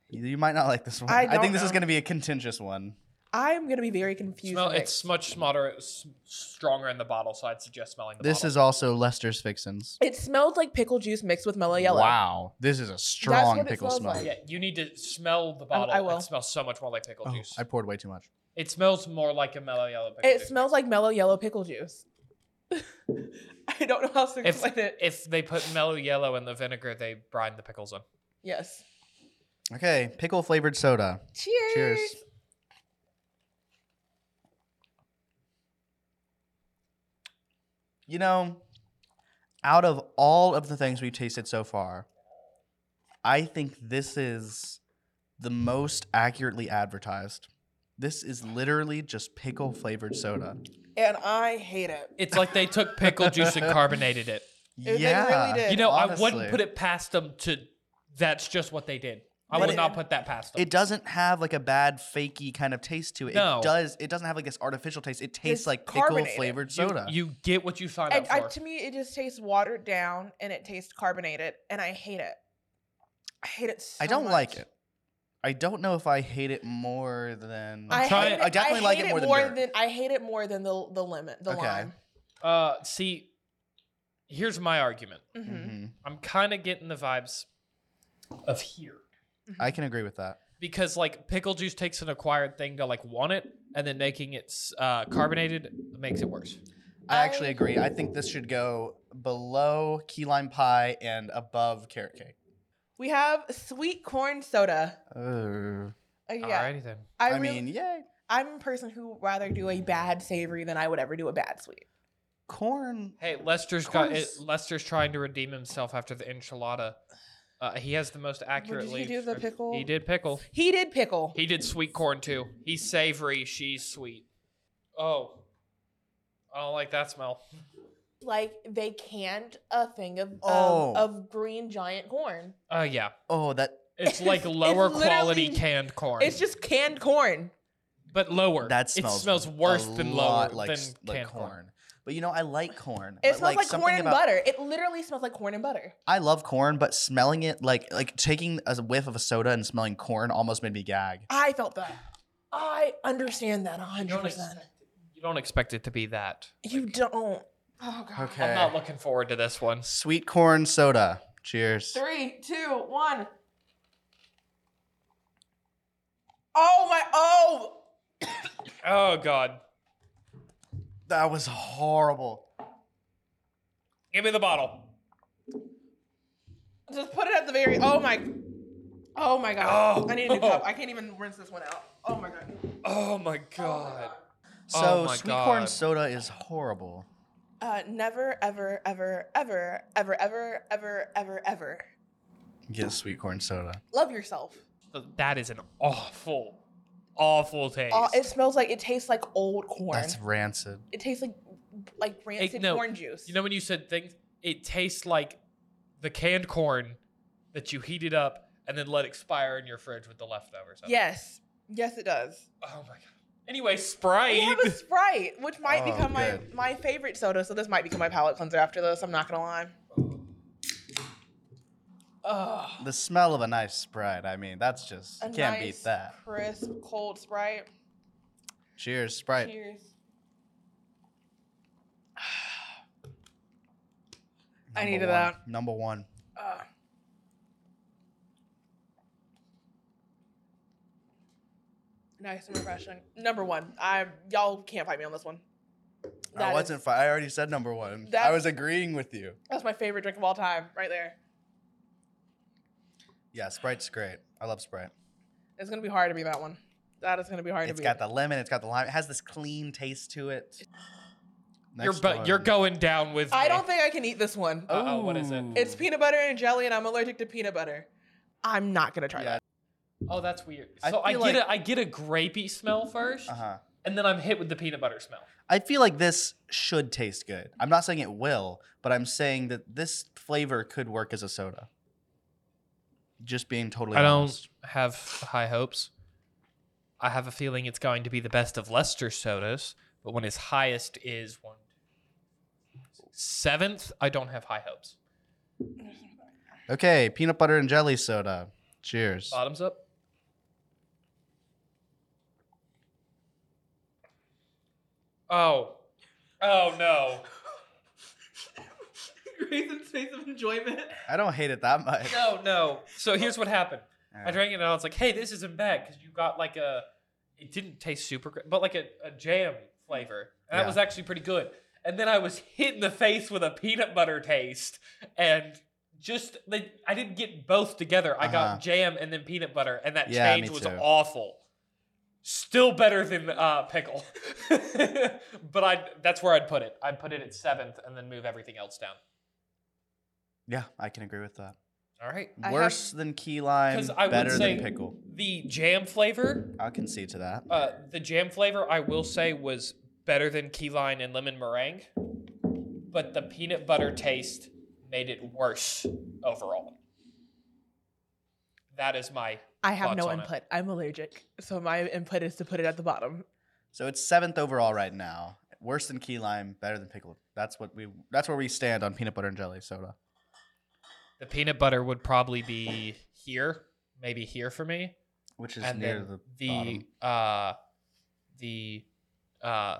S3: you might not like this one.
S1: I
S3: I,
S1: don't
S3: think this is
S1: know.
S3: going to be a contentious one.
S1: I'm gonna be very confused.
S2: Smell,
S1: next.
S2: it's much smarter, s- stronger in the bottle, so I'd suggest smelling the
S3: This
S2: bottle.
S3: is also Lester's Fixins.
S1: It smells like pickle juice mixed with mellow yellow.
S3: Wow, this is a strong
S1: what it
S3: pickle
S1: smells
S3: smell.
S1: like.
S2: Yeah, you need to smell the bottle.
S1: Um, I will.
S2: It smells so much more like pickle
S3: Oh,
S2: juice.
S3: I poured way too much.
S2: It smells more like a mellow yellow pickle
S1: It
S2: juice.
S1: smells like mellow yellow pickle juice. I don't know how else to
S2: If,
S1: explain it.
S2: if they put mellow yellow in the vinegar, they brine the pickles in.
S1: Yes.
S3: Okay, pickle flavored soda.
S1: Cheers.
S3: Cheers. You know, out of all of the things we've tasted so far, I think this is the most accurately advertised. This is literally just pickle flavored soda.
S1: And I hate it.
S2: It's like they took pickle juice and carbonated it.
S1: It- they
S3: yeah.
S1: really did.
S2: You know, I
S3: Honestly.
S2: wouldn't put it past them to. That's just what they did. I
S3: But
S2: would
S3: it-
S2: not put that past them.
S3: It doesn't have like a bad fakey kind of taste to it.
S2: No.
S3: It does. It doesn't have like this artificial taste. It tastes
S1: It's
S3: like pickle
S1: carbonated.
S3: flavored
S2: You-
S3: soda.
S2: You, get what you sign
S1: And
S2: up
S1: I,
S2: for.
S1: to me, it just tastes watered down and it tastes carbonated, and I hate it. I hate it. so
S3: I don't
S1: much.
S3: like it. I don't know if I hate it more than
S1: I,
S2: Try
S1: hate
S2: it.
S1: it.
S3: I definitely like
S1: hate
S3: it more than dirt.
S1: I hate it more than the the lemon, the
S3: Okay.
S1: lime.
S2: uh, see, here's my argument.
S1: Mm-hmm.
S3: Mhm.
S2: I'm kind of getting the vibes of here
S3: I can agree with that.
S2: because like pickle juice takes an acquired thing to like want it, and then making it s- uh, carbonated makes it worse.
S3: I
S1: I-
S3: actually agree. I think this should go below key lime pie and above carrot cake.
S1: We have sweet corn soda.
S3: Oh.
S1: Uh, yeah,
S2: Alrighty then.
S1: I,
S3: I,
S1: really-
S3: mean, yay.
S1: I'm a person who would rather do a bad savory than I would ever do a bad sweet.
S3: Corn.
S2: Hey, Lester's got it,
S3: course.
S2: Lester's trying to redeem himself after the enchilada. Uh, he has the most accurately.
S1: do, the pickle?
S2: He did pickle.
S1: He did pickle.
S2: He did sweet corn too. He's savory. She's sweet. Oh, I don't like that smell.
S1: like they canned a thing of um,
S3: Oh.
S1: of green giant corn.
S2: Oh yeah,
S3: Oh, that
S2: it's like
S1: It's
S2: lower
S1: literally-
S2: quality canned corn.
S1: It's just canned corn.
S2: but lower.
S3: that smells
S2: it smells worse
S3: a
S2: than lower
S3: lot like,
S2: than
S3: s-
S2: canned
S3: like
S2: corn.
S3: corn. But you know, I like corn.
S1: It
S3: but,
S1: smells like,
S3: something
S1: corn and
S3: about-
S1: butter. It literally smells like corn and butter.
S3: I love corn, but smelling it like like taking a whiff of a soda and smelling corn almost made me gag.
S1: I felt that. I understand that
S2: You
S1: 100.
S2: don't,
S1: percent
S2: expect, you don't expect it to be that.
S1: You don't. Oh god.
S3: Okay.
S2: I'm not looking forward to this one.
S3: Sweet corn soda. Cheers.
S1: Three, two, one. Oh my! Oh,
S2: Oh god,
S3: That was horrible.
S2: give me the bottle.
S1: just put it at the very. Oh my! Oh my god! I need a new cup. I can't even rinse this one out. Oh my god!
S2: Oh my god.
S1: Oh
S3: So
S2: my
S3: sweet corn
S2: God.
S3: soda is horrible.
S1: Uh, never, ever, ever, ever, ever, ever, ever, ever, ever.
S3: Get sweet corn soda.
S1: Love yourself.
S2: That is an awful, awful taste.
S1: Uh, it smells like it tastes like old corn.
S3: That's rancid.
S1: It tastes like like rancid
S2: no.
S1: corn juice.
S2: you know when you said things, it tastes like the canned corn that you heated up and then let expire in your fridge with the leftovers. of it.
S1: yes, yes, it does.
S2: Oh my god. Anyway,
S1: We
S2: Sprite.
S1: have a Sprite, which might
S3: Oh,
S1: become my,
S3: good.
S1: my favorite soda. So this might become my palate cleanser after this. I'm not gonna lie. Ugh.
S3: The smell of a nice Sprite. I mean, that's just
S1: A
S3: can't
S1: nice,
S3: beat that.
S1: Crisp, cold Sprite.
S3: Cheers, Sprite.
S1: Cheers. I
S3: Number
S1: needed
S3: one.
S1: that.
S3: Number one.
S1: Ugh. Nice and refreshing. Number one, I y'all can't fight me on this one. That
S3: I
S1: is-
S3: wasn't. Fi- I already said number one. I
S1: That-
S3: was agreeing with you.
S1: That's my favorite drink of all time, right there.
S3: Yeah, Sprite's great. I love Sprite.
S1: It's gonna be hard to be that one. That is gonna be hard
S3: It's
S1: to be.
S3: got the lemon. It's got the lime. It has this clean taste to it.
S2: you're
S3: Next
S2: bu- you're
S3: one.
S2: going down with.
S1: I
S2: me.
S1: don't think I can eat this one.
S3: Oh.
S2: Uh-oh, what is it?
S3: Ooh.
S1: It's peanut butter and jelly, and I'm allergic to peanut butter. I'm not gonna try
S3: Yeah.
S1: that.
S2: Oh, that's weird.
S3: I
S2: So I,
S3: feel
S2: get
S3: like-
S2: a I get a grapey smell 1st
S3: Uh-huh.
S2: and then I'm hit with the peanut butter smell.
S3: I feel like this should taste good. I'm not saying it will, but I'm saying that this flavor could work as a soda. Just being totally
S2: I don't
S3: honest.
S2: have high hopes. I have a feeling it's going to be the best of Lester sodas, but when its highest is one seventh, I don't have high hopes.
S3: Okay, peanut butter and jelly soda. Cheers.
S2: Bottoms up. Oh. Oh no.
S1: Grayson's face of enjoyment.
S3: I don't hate it that much.
S2: No, no. So here's what happened. I
S3: Alright.
S2: drank it and I was like, hey, this isn't bad because you got like a, it didn't taste super good, but like a, a jam flavor. And that
S3: Yeah.
S2: was actually pretty good. And then I was hit in the face with a peanut butter taste and just, they, I didn't get both together. I
S3: Uh-huh.
S2: got jam and then peanut butter and that
S3: Yeah,
S2: change
S3: me
S2: was
S3: too.
S2: awful. Still better than uh, pickle. but I that's where I'd put it. I'd put it at seventh and then move everything else down.
S3: Yeah, I can agree with that.
S2: All right.
S1: I have-
S3: Worse than key lime,
S2: 'Cause I would
S3: better
S2: say-
S3: than pickle.
S2: The jam flavor
S3: I can see to that.
S2: Uh, the jam flavor, I will say, was better than key lime and lemon meringue, but the peanut butter taste made it worse overall. That is my
S1: I have no
S2: Thoughts on it.
S1: input. I'm allergic. So my input is to put it at the bottom.
S3: So it's seventh overall right now. Worse than key lime, better than pickled. That's what we. That's where we stand on peanut butter and jelly soda.
S2: the peanut butter would probably be here, maybe here for me.
S3: which is
S2: and
S3: near
S2: then
S3: the,
S2: the
S3: bottom.
S2: uh, the uh,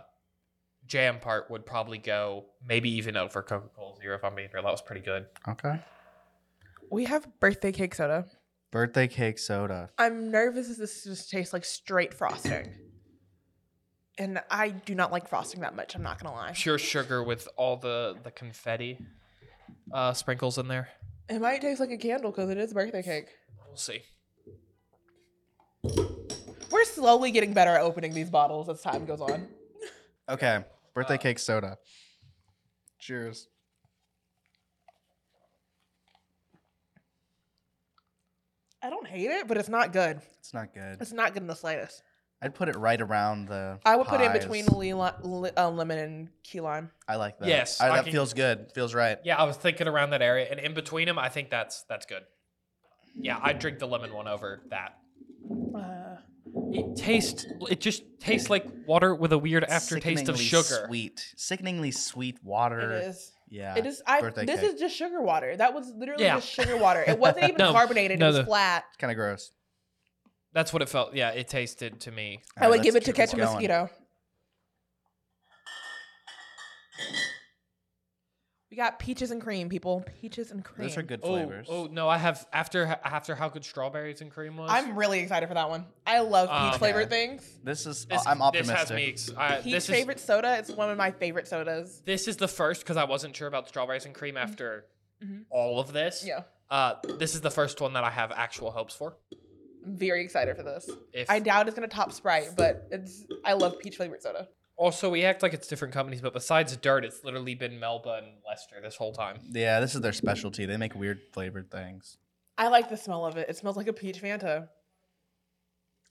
S2: jam part would probably go maybe even over Coca Cola Zero if I'm being real. That was pretty good.
S3: Okay.
S1: We have birthday cake soda.
S3: Birthday cake soda.
S1: I'm nervous that this just tastes like straight frosting. And I do not like frosting that much, I'm not gonna lie.
S2: Pure sugar with all the the confetti uh, sprinkles in there.
S1: It might taste like a candle because it is birthday cake.
S2: We'll see.
S1: We're slowly getting better at opening these bottles as time goes on.
S3: Okay. Birthday
S2: Uh,
S3: cake soda. Cheers.
S1: I don't hate it, but it's not good.
S3: It's not good.
S1: It's not good in the slightest.
S3: I'd put it right around the.
S1: I would put it in
S3: pies.
S1: between li- li- uh, lemon and key lime.
S3: I like that.
S2: Yes,
S3: I,
S2: I
S3: that
S2: can-
S3: feels good. Feels right.
S2: Yeah, I was thinking around that area, and in between them, I think that's that's good. Yeah, I'd drink the lemon one over that.
S1: Uh,
S2: It tastes. It just tastes like water with a weird aftertaste of
S3: Sickeningly
S2: sugar.
S3: Sweet. Sickeningly sweet
S1: it
S3: water.
S1: is.
S3: Yeah.
S1: It is. I.
S3: uh, birthday
S1: This
S3: cake.
S1: is just sugar water. That was literally
S2: Yeah.
S1: just sugar water. It wasn't even
S2: No,
S1: carbonated.
S2: no,
S1: it was
S2: no.
S1: flat.
S3: Kind of gross.
S2: That's what it felt. Yeah, it tasted to me.
S1: I
S3: All right,
S1: would give it
S3: let's
S1: to
S3: keep
S1: catch a
S3: going.
S1: mosquito. We got peaches and cream, people. Peaches and cream.
S3: Those are good
S2: Oh,
S3: flavors.
S2: Oh, no, I have after after how good strawberries and cream was.
S1: I'm really excited for that one. I love peach
S2: Um,
S1: flavored
S3: Oh, Okay. Uh,
S1: things.
S3: This is.
S2: this,
S3: I'm optimistic.
S2: This has me. ex- I,
S1: Peach
S2: this is
S1: favorite soda. It's one of my favorite sodas.
S2: this is the first because I wasn't sure about strawberries and cream after
S1: Mhm.
S2: all of this.
S1: Yeah,
S2: Uh, this is the first one that I have actual hopes for.
S1: I'm very excited for this.
S2: If
S1: I doubt it's gonna top Sprite, but it's. I love peach flavored soda.
S2: also we act like it's different companies, but besides Dirt, it's literally been Melba and Lester this whole time.
S3: Yeah, this is their specialty. They make weird flavored things.
S1: I like the smell of it. It smells like a peach Fanta.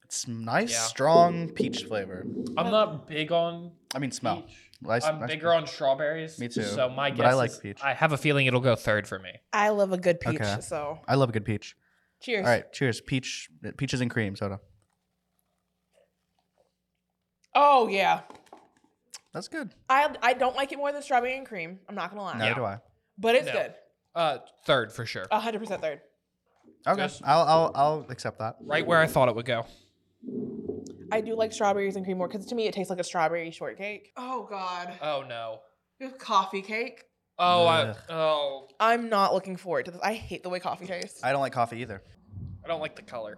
S3: It's nice,
S2: Yeah.
S3: strong peach flavor.
S2: I'm not big on
S3: I mean, smell.
S2: peach.
S3: Nice-
S2: I'm
S3: nice-
S2: bigger on strawberries.
S3: Me too,
S2: So my guess
S3: but I like
S2: is
S3: peach.
S2: I have a feeling it'll go third for me.
S1: I love a good peach.
S3: Okay.
S1: So
S3: I love a good peach.
S1: cheers.
S3: All right, cheers. Peach, peaches and cream soda.
S1: Oh yeah.
S3: That's good.
S1: I I don't like it more than strawberry and cream. I'm not gonna lie.
S3: Neither
S2: Yeah.
S3: do I.
S1: But it's
S2: No.
S1: good.
S2: Uh, third for sure.
S1: A hundred percent third.
S3: Okay,
S2: Just-
S3: I'll, I'll I'll accept that.
S2: Right where I thought it would go.
S1: I do like strawberries and cream more because to me it tastes like a strawberry shortcake. Oh god.
S2: Oh no.
S1: There's coffee cake.
S2: Oh, I,
S3: Ugh.
S2: oh,
S1: I'm not looking forward to this. I hate the way coffee tastes.
S3: I don't like coffee either.
S2: I don't like the color.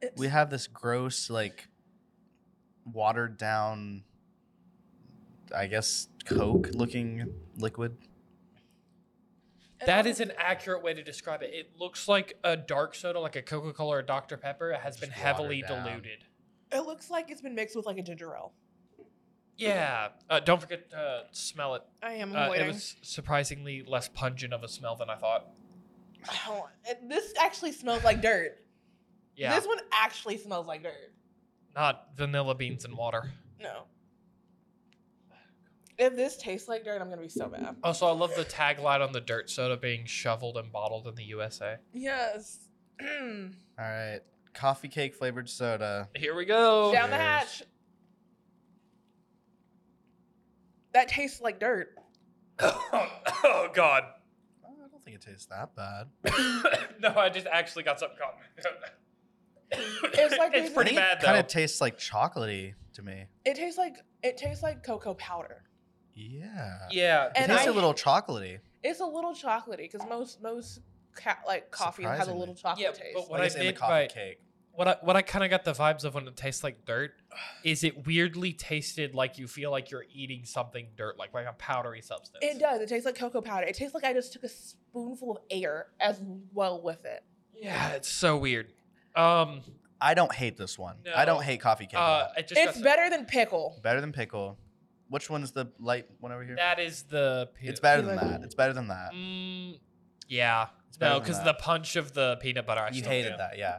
S1: It's-
S3: We have this gross, like, watered down, I guess, Coke looking liquid.
S2: That is an accurate way to describe it. It looks like a dark soda, like a Coca Cola or Dr Pepper. It has been
S3: Just
S2: heavily
S3: watered down.
S2: diluted.
S1: It looks like it's been mixed with like a ginger ale.
S2: Yeah. Uh, don't forget to uh, smell it.
S1: I am
S2: Uh, it
S1: avoiding.
S2: was surprisingly less pungent of a smell than I thought.
S1: Oh, it- this actually smells like dirt.
S2: Yeah.
S1: This one actually smells like dirt.
S2: not vanilla beans and water.
S1: No. If this tastes like dirt, I'm gonna be so mad.
S2: Also, I love the tagline on the dirt soda being shoveled and bottled in the USA.
S1: Yes.
S3: All right, coffee cake flavored soda.
S2: Here we go.
S1: Down the
S3: Yes.
S1: hatch. That tastes like dirt.
S2: oh, God.
S3: I don't think it tastes that bad.
S2: no, I just actually got something caught.
S1: It's like
S2: it's
S1: they-
S2: pretty bad though.
S3: Kind of tastes like chocolatey to me.
S1: It tastes like it tastes like cocoa powder.
S3: Yeah. It
S2: yeah,
S1: And
S3: tastes
S1: I-
S3: a little chocolatey.
S1: It's a little chocolatey because most most ca- like coffee has a little chocolate
S2: Yeah,
S1: taste.
S2: but
S3: What
S2: What
S3: I
S2: I
S3: guess in the
S2: did
S3: coffee
S2: by-
S3: cake.
S2: what I what I kind of got the vibes of when it tastes like dirt is it weirdly tasted like you feel like you're eating something dirt, like like a powdery substance.
S1: it does. It tastes like cocoa powder. It tastes like I just took a spoonful of air as well with it.
S2: Yeah, it's so weird. Um,
S3: I don't hate this one. I
S2: No.
S3: don't hate coffee cake. at
S2: uh,
S3: all.
S2: it just
S1: it's
S2: got-
S1: better than pickle.
S3: better than pickle. Which one's the light one over here?
S2: That is the. pe-
S3: It's better
S1: Peanut.
S3: than that. It's better than that.
S2: Mm, yeah, no,
S3: better than
S2: because
S3: that.
S2: the punch of the peanut butter. I
S3: you
S2: still
S3: hated
S2: do.
S3: that, yeah.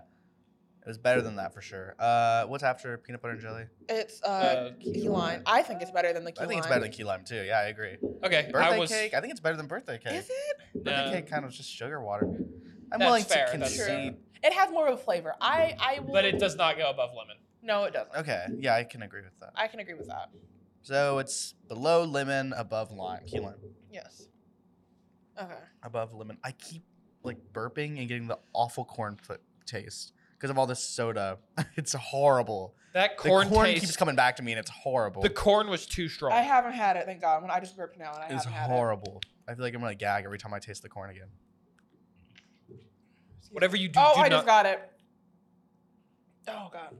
S3: It was better than that for sure. Uh, what's after peanut butter and jelly?
S1: It's uh,
S2: Uh,
S1: key, lime. I think it's better than the key
S3: I think
S1: lime.
S3: it's better than key lime too. Yeah, I agree.
S2: Okay,
S3: Birthday
S2: I was.
S3: cake. I think it's better than birthday cake.
S1: Is it?
S3: Birthday
S2: no,
S3: cake kind of just sugar water. I'm
S2: That's
S3: willing
S2: fair,
S3: to
S2: that's
S1: fair.
S3: concede.
S1: It has more of a flavor. I I will.
S2: Mm-hmm. but it does not go above lemon.
S1: No, it doesn't.
S3: Okay, yeah, I can agree with that.
S1: I can agree with that.
S3: So it's below lemon, above lime. Key lime.
S1: Yes. Okay.
S3: above lemon. I keep like burping and getting the awful corn pl- taste because of all this soda. it's horrible.
S2: That
S3: The
S2: corn,
S3: corn
S2: taste.
S3: keeps coming back to me, and it's horrible.
S2: the corn was too strong.
S1: I haven't had it. Thank God. When I just burped now, and I
S3: it's
S1: haven't had
S3: horrible. I feel like I'm gonna gag every time I taste the corn again.
S1: it.
S2: Whatever you do,
S1: oh,
S2: do
S1: I
S2: not.
S1: just got it. Oh God.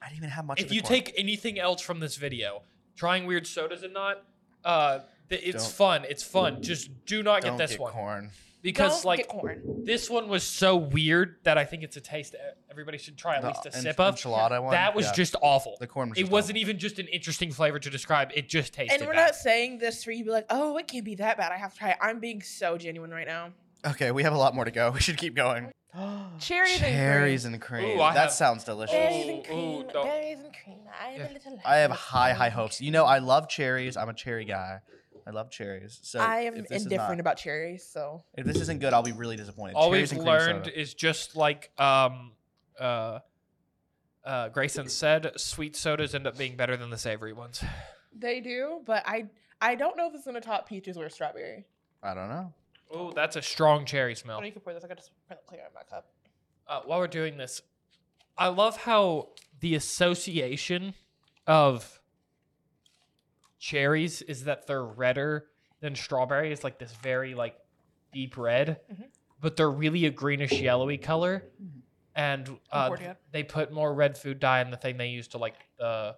S3: I didn't even have much. of
S2: if
S3: the
S2: you
S3: corn.
S2: take anything else from this video, trying weird sodas and not, uh, th- it's
S3: Don't-
S2: fun. It's fun. Just do not
S3: Don't
S2: get this one
S3: corn.
S2: because
S1: Don't
S2: like
S1: get corn.
S2: this one was so weird that I think it's a taste that everybody should try at
S3: The
S2: least a
S3: en-
S2: sip of.
S3: enchilada one.
S2: That was
S3: Yeah,
S2: just awful.
S3: the corn. Was
S2: It
S3: just
S2: wasn't even just an interesting flavor to describe. It just tasted.
S1: And we're
S2: bad.
S1: not saying this for you to be like, oh, it can't be that bad. I have to try it. I'm being so genuine right now.
S3: awful. Okay, we have a lot more to go. We should keep going.
S1: Cherries and cream.
S3: Cherries and cream.
S2: Ooh, I
S3: that
S2: have-
S3: sounds delicious.
S1: Berries and
S2: Ooh, ooh,
S1: cream.
S2: don't-
S1: berries and cream. I am
S2: Yeah.
S1: a little.
S3: I have
S1: lactose
S3: high, high
S1: intolerant.
S3: hopes. You know, I love cherries. I'm a cherry guy. I love cherries. So
S1: I am
S3: if this is not-
S1: indifferent about cherries, so
S3: If this isn't good, I'll be really disappointed.
S2: all
S3: Cherries
S2: we've
S3: and cream soda.
S2: learned is just like um, uh, uh, Grayson said, sweet sodas end up being better than the savory ones.
S1: they do. But I, I don't know if it's gonna top peaches or strawberry.
S3: I don't know.
S2: Oh, that's a strong cherry smell.
S1: Oh, you can pour this. I got to pour the clear out of my cup.
S2: uh, while we're doing this, I love how the association of cherries is that they're redder than strawberry. It's like this very like deep red,
S1: Mhm.
S2: but they're really a greenish yellowy color.
S3: Mhm.
S2: And
S1: Mm-hmm. I'm
S2: uh,
S1: bored yet.
S2: they put more red food dye in the thing they use to like the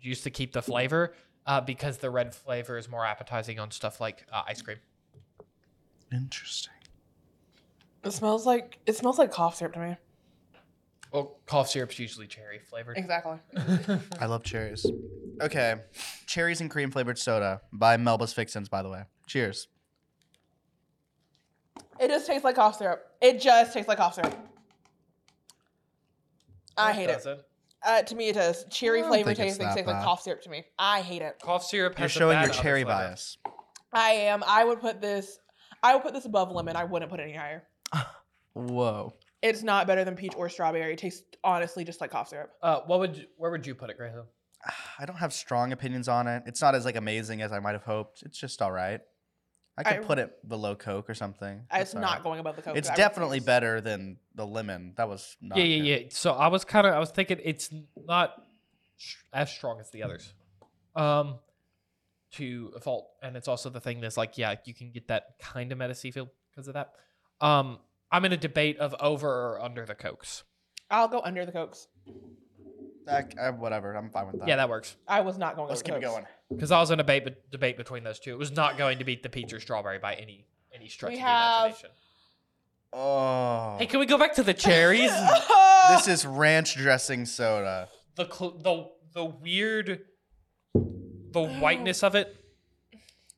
S2: use to keep the flavor uh, because the red flavor is more appetizing on stuff like uh, ice cream.
S3: Interesting.
S1: It smells like it smells like cough syrup to me.
S2: Well, cough syrup's usually cherry flavored.
S1: Exactly.
S3: I love cherries. Okay. Cherries and cream flavored soda by Melba's Fixins, by the way. Cheers.
S1: It just tastes like cough syrup. It just tastes like cough syrup. I hate it.
S2: doesn't.
S1: Uh, to me, it does. Cherry
S3: I don't
S1: flavor
S3: think it's
S1: tastes like,
S3: that
S1: tastes like
S3: bad.
S1: cough syrup to me. I hate it.
S2: Cough syrup has
S3: You're
S2: a
S3: showing
S2: bad
S3: your
S2: other
S3: cherry
S2: flavor.
S3: bias.
S1: I am. I would put this. I would put this above lemon. I wouldn't put it any higher.
S3: Whoa.
S1: It's not better than peach or strawberry. It tastes honestly just like cough syrup.
S2: Uh, what would you- where would you put it, Graham?
S3: I don't have strong opinions on it. It's not as like amazing as I might have hoped. It's just all right. I could
S1: I-
S3: put it below Coke or something.
S1: it's
S3: all
S1: not
S3: right.
S1: going above the coke.
S3: It's
S1: I refuse.
S3: definitely better than the lemon. That was not
S2: yeah, yeah, yeah. So I was kind of I was thinking it's not s- as strong
S3: Hmm.
S2: as the others, um, to a fault, and it's also the thing that's like yeah, you can get that kind of meta feel because of that. Um, I'm in a debate of over or under the cokes.
S1: I'll go under the cokes.
S3: yeah. I, I- uh, whatever. I'm fine with that.
S2: Yeah, that works
S1: I was not going.
S3: Let's
S1: over
S3: keep
S1: the
S3: it
S1: Cokes.
S3: going.
S2: because I was in a debate debate between those two. It was not going to beat the peach or strawberry by any any stretch
S1: We
S2: of
S1: have-
S2: the imagination.
S3: Oh.
S2: Hey, can we go back to the cherries?
S3: this is ranch dressing soda.
S2: the cl- the the weird the whiteness of it.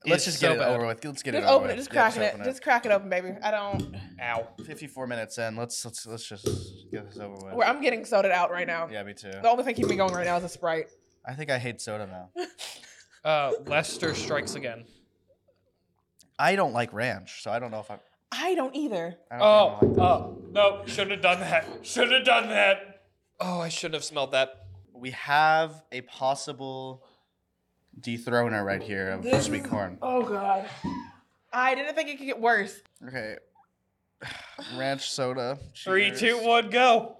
S3: Let's
S2: is
S3: just get
S2: so
S3: it
S2: bad.
S3: over with. Let's get
S1: just
S3: it over
S1: open it.
S3: with.
S1: Just
S3: Yeah,
S1: crack it.
S3: open
S1: Just crack it open, baby. I don't.
S2: Ow.
S3: 54 minutes in. Let's let's let's just get this over with.
S1: Where I'm getting sodaed out right now.
S3: yeah, me too.
S1: The only thing keeping me going right now is a sprite.
S3: I think I hate soda now.
S2: Uh, Lester strikes again.
S3: I don't like ranch, so I don't know if I.
S1: I don't either.
S3: I don't
S2: Oh,
S3: think I'm gonna like
S2: oh no! Should have done that. Should have done that. Oh, I shouldn't have smelled that.
S3: this. we have a possible dethroner right here of
S1: This
S3: sweet
S1: is-
S3: corn.
S1: Oh god. I didn't think it could get worse.
S3: Okay, ranch soda.
S2: Three,
S3: Cheers.
S2: two, one, go.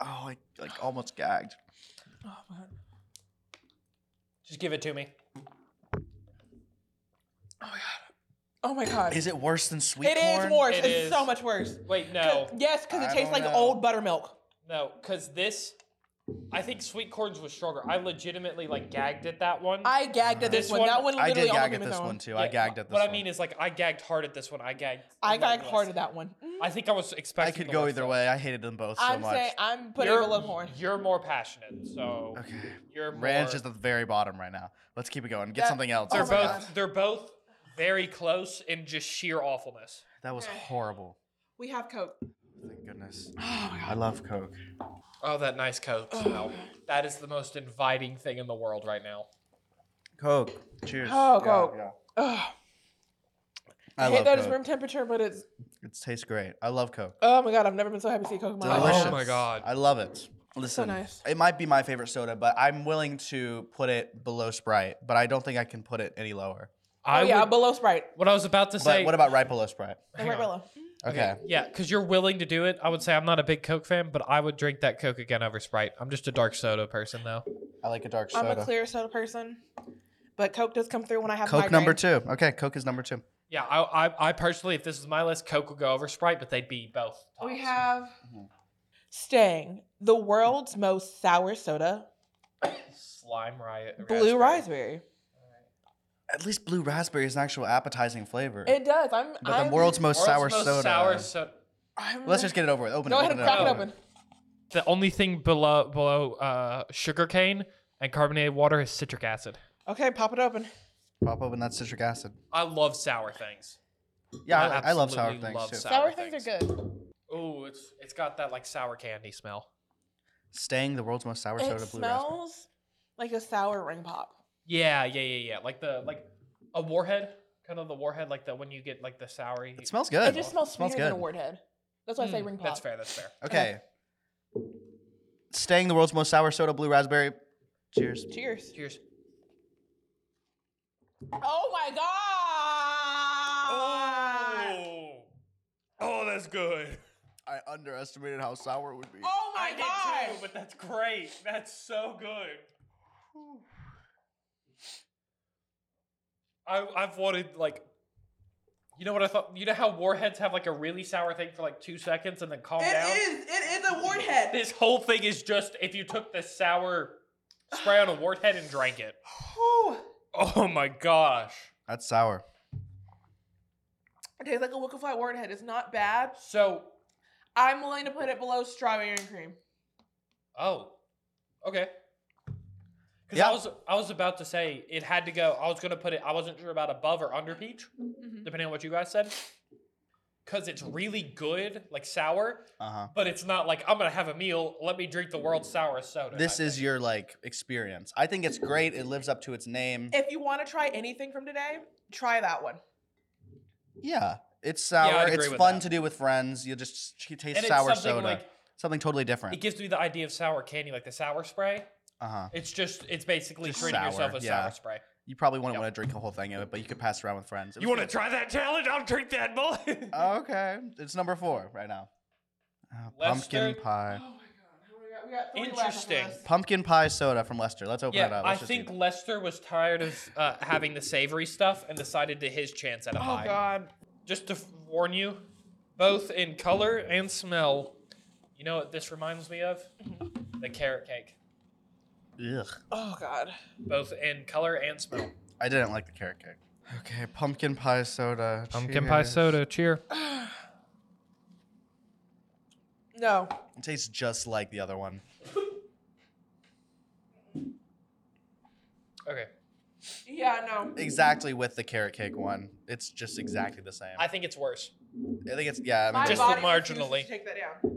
S3: Oh, I like almost gagged.
S1: Oh god.
S2: Just give it to me.
S1: Oh my god.
S3: Is it worse than
S1: It
S3: sweet
S1: is
S3: corn?
S1: worse.
S2: It
S1: it's
S2: is.
S1: so much worse. 'Cause-
S2: Wait, no,
S1: Yes, because
S3: I
S1: it tastes
S3: don't
S1: like
S3: know.
S1: old buttermilk.
S2: no, because this. I think sweet corns was stronger. I legitimately like gagged at that one.
S1: I gagged at this,
S2: This
S1: one.
S2: one-
S1: That one
S3: I
S1: literally
S3: did
S1: almost
S3: gag
S1: made
S3: at
S1: me
S3: this
S1: throw
S3: one
S1: up.
S3: too. I
S2: Yeah,
S3: gagged at this
S2: What
S3: one.
S2: I mean is like I gagged hard at this one. I gagged.
S1: I
S2: the
S1: gagged
S2: less.
S1: hard at that one.
S2: I think I was
S3: I
S2: expecting.
S3: could
S2: the
S3: go
S2: less
S3: either
S2: though.
S3: way. I hated them both so
S1: I'm
S3: much.
S1: saying I'm putting it below corn.
S2: You're more passionate, so
S3: okay.
S2: you're more.
S3: Ranch is at the very bottom right now. Let's keep it going. Get
S1: That-
S3: something else.
S1: Oh
S2: they're
S1: my
S2: both.
S1: God.
S2: They're both very close and just sheer awfulness.
S3: That was
S1: Okay.
S3: horrible.
S1: We have Coke.
S3: Oh, Thank goodness. I love Coke.
S2: Oh, that nice Coke smell. That is the most inviting thing in the world right now.
S3: Coke. Cheers.
S1: Oh, Coke. Ugh. I,
S3: I,
S1: hate
S3: love
S1: that
S3: Coke.
S1: it's room temperature, but it's
S3: It tastes great. I love Coke.
S1: oh my god, I've never been so happy to see Coke in my
S3: Delicious. Oh,
S1: life.
S2: Oh
S1: Oh,
S2: my God.
S3: I love it. Listen,
S1: nice.
S3: it might be my favorite soda, but I'm willing to put it below Sprite, but I don't think I can put it any lower.
S1: Oh
S2: I
S1: yeah,
S2: would-
S1: below Sprite.
S2: what I was about to
S3: But
S2: say.
S3: what about right below Sprite?
S1: And
S2: hang
S1: right
S2: on.
S1: below.
S3: Okay.
S2: Yeah, because you're willing to do it. I would say I'm not a big Coke fan, but I would drink that Coke again over Sprite. I'm just a dark soda person, though.
S3: I like a dark
S1: I'm
S3: soda.
S1: a clear soda person, but Coke does come through when I have
S3: Coke
S1: migraine.
S3: number two. Okay, Coke is number two.
S2: Yeah, I, I, I personally, if this is my list, Coke would go over Sprite, but they'd be both. Tops.
S1: We have
S3: Mhm.
S1: Stang, the world's most sour soda,
S2: Slime Riot.
S1: blue raspberry.
S2: raspberry.
S3: At least blue raspberry is an actual appetizing flavor.
S1: It does. I'm.
S3: but
S1: I'm,
S3: the world's most sour
S2: World's most
S3: soda.
S2: sour soda.
S1: I'm-
S3: Let's just get it over with. Open
S1: go
S3: it.
S1: ahead and crack it open.
S2: The only thing below below uh, sugar cane and carbonated water is citric acid.
S1: Okay, pop it open.
S3: Pop open that citric acid.
S2: I love sour things.
S3: Yeah,
S2: I
S3: I, I love sour
S2: absolutely
S3: things
S2: love
S3: too.
S2: sour.
S1: Sour things
S2: things.
S1: are good.
S2: Oh, it's it's got that like sour candy smell.
S3: Staying the world's most sour
S1: It
S3: soda, blue raspberry.
S1: smells like a sour ring pop.
S2: Yeah, yeah, yeah, yeah. Like the like a warhead, kind of the warhead, like the when you get like the sour. you-
S3: It smells good.
S1: It just smells sweeter
S3: smells
S1: than a
S3: good.
S1: warhead. That's why I say
S2: Mm,
S1: ring pop.
S2: That's fair. That's fair.
S3: Okay. Staying the world's most sour soda, blue raspberry. Cheers.
S1: Cheers.
S2: Cheers.
S1: Oh my
S2: Ah!
S1: god!
S2: oh, that's good.
S3: I underestimated how sour it would be.
S1: Oh my god!
S2: but that's great. That's so good. I I've wanted like. You know what I thought? You know how warheads have like a really sour thing for like two seconds and then calm down.
S1: is. It is a warhead.
S2: This whole thing is just if you took the sour spray on a warhead and drank it.
S1: Whew.
S2: Oh my gosh.
S3: That's sour.
S1: It tastes like a Wicca Fly warhead. It's not bad.
S2: So,
S1: I'm willing to put it below strawberry and cream.
S2: oh, okay. Because
S3: Yeah.
S2: I was I was about to say it had to go. I was gonna put it. I wasn't sure about above or under peach, depending on what you guys said. Because it's really good, like sour,
S3: Uh huh.
S2: but it's not like I'm gonna have a meal. Let me drink the world's sourest soda.
S3: This
S2: type
S3: is
S2: thing.
S3: your like experience. I think it's great. It lives up to its name.
S1: If you want to try anything from today, try that one.
S3: Yeah, it's
S2: I'd
S3: sour.
S2: agree
S3: it's
S2: with
S3: fun
S2: that.
S3: to do with friends. You just ch- taste
S2: and it's
S3: sour
S2: something
S3: soda.
S2: like
S3: something totally different.
S2: it gives me the idea of sour candy, like the sour spray.
S3: uh huh.
S2: It's just it's basically
S3: Just
S2: treating yourself
S3: sour,
S2: a
S3: yeah.
S2: sour spray.
S3: You probably wouldn't
S2: Yep.
S3: want to drink a whole thing of it, but you could pass it around with friends. It
S2: You
S3: was
S2: want to try that challenge? I'll drink that boy.
S3: good. Okay, it's number four right now. Uh, pumpkin
S2: Lester-
S3: pie.
S1: my god! We got,
S2: three left after Interesting. this.
S3: Pumpkin pie soda from Lester. Let's open it
S2: yeah,
S3: up.
S2: I
S3: uh, Let's just eat
S2: think
S3: it.
S2: Lester was tired of uh, having the savory stuff and decided to his chance at a
S1: Oh
S2: pie.
S1: god!
S2: Just to f- warn you, both in color and smell, you know what this reminds me of?
S1: Mm-hmm.
S2: The carrot cake.
S3: Ugh.
S1: Oh god!
S2: Both in color and smell.
S3: I didn't like the carrot cake. Okay, pumpkin pie soda. Cheers.
S2: cheer.
S1: No.
S3: It tastes just like the other one.
S2: Okay.
S1: Yeah, no.
S3: Exactly with the carrot cake one. It's just exactly the same. I,
S2: I think it's worse.
S3: think it's yeah. I mean,
S1: My
S3: just-
S2: body-
S1: body refuses
S2: marginally.
S1: to Take that down.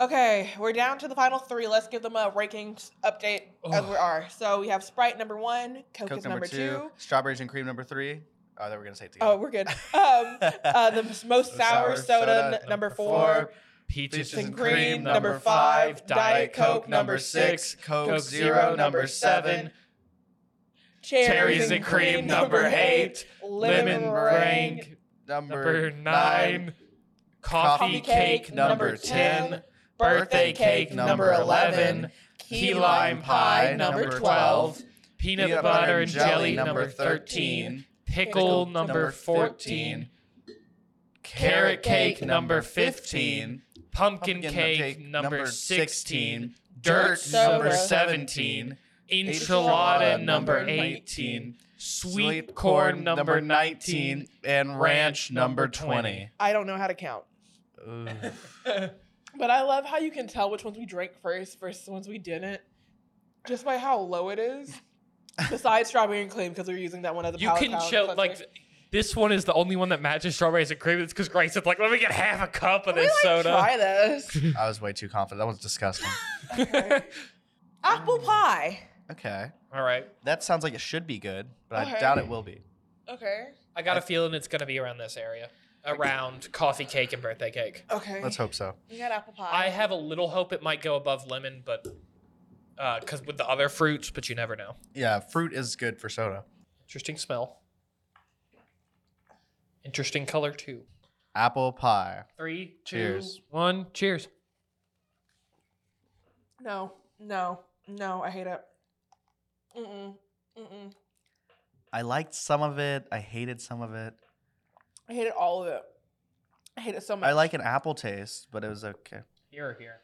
S1: Okay, we're down to the final three. Let's give them a rankings update as
S2: Ugh.
S1: we are. So we have Sprite number one, Coke,
S3: Coke
S1: is number,
S3: number two,
S1: two.
S3: strawberries and cream number three. Oh, then we're gonna say it
S1: Oh,
S3: together.
S1: we're good. Um, uh, the most sour,
S3: sour
S1: soda,
S3: soda,
S1: n- number
S3: Four,
S1: four.
S2: Peaches
S1: and cream, number five, Diet Coke, number six,
S3: Coke,
S2: Coke
S3: zero,
S2: Zero,
S3: number
S2: number
S3: seven,
S2: Cherries and cream, number eight. Lemon meringue, number
S3: number
S2: nine, coffee cake number ten, birthday cake number eleven, key lime pie number twelve, peanut butter and jelly number thirteen, pickle number fourteen, carrot cake number fifteen, pumpkin cake number sixteen, dirt number seventeen, enchilada number eighteen, sweet corn number nineteen.
S3: and ranch number twenty.
S1: I don't know how to count. But I love how you can tell which ones we drank first versus ones we didn't, just by how low it is. Besides strawberry and cream, because we were using that one as a
S2: You
S1: palate
S2: can
S1: palate
S2: chill
S1: cleanser.
S2: like This one is the only one that matches strawberries and cream. It's because Grace is like, let me get half a cup of
S1: Can we,
S2: this
S1: like,
S2: soda.
S1: Try this.
S3: I was way too confident. That was disgusting.
S1: Apple pie.
S3: okay.
S2: All right.
S3: That sounds like it should be good, but
S1: Okay.
S3: I doubt it will be.
S1: Okay.
S2: I got a feeling it's going to be around this area, around coffee cake and birthday cake.
S1: Okay.
S3: Let's hope so.
S1: We got apple pie.
S2: I have a little hope it might go above lemon, but because with the other fruits, but you never know.
S3: Yeah, fruit is good for soda.
S2: Interesting smell. Interesting color too.
S3: Apple pie.
S2: Three, two,
S3: Cheers.
S2: one, cheers.
S1: no, no, no. I hate it. Mm-mm. Mm-mm.
S3: I liked some of it. I hated some of it.
S1: I hated all of it. I hate it so much.
S3: I like an apple taste, but it was okay.
S2: Here or here.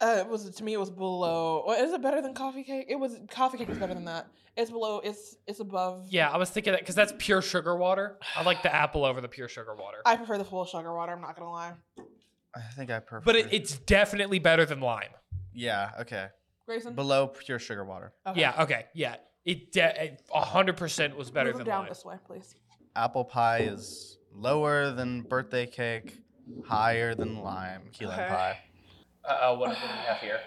S1: Uh, it was to me. It was below. Well, is it better than coffee cake? It was coffee cake is better than that. It's below. It's it's above.
S2: Yeah, I was thinking that because that's pure sugar water. I like the apple over the pure sugar water.
S1: I prefer the full sugar water. I'm not gonna lie.
S3: I think I prefer.
S2: but it, it's definitely better than lime.
S3: yeah okay
S1: Grayson.
S3: below pure sugar water.
S1: Okay.
S2: Yeah, okay, yeah. It de- it a hundred percent was better
S1: Move 'em
S2: than
S1: down
S2: lime.
S1: this way, please.
S3: Apple pie is lower than birthday cake, higher than lime key lime
S1: Okay.
S3: pie.
S2: Uh oh, what do we have here?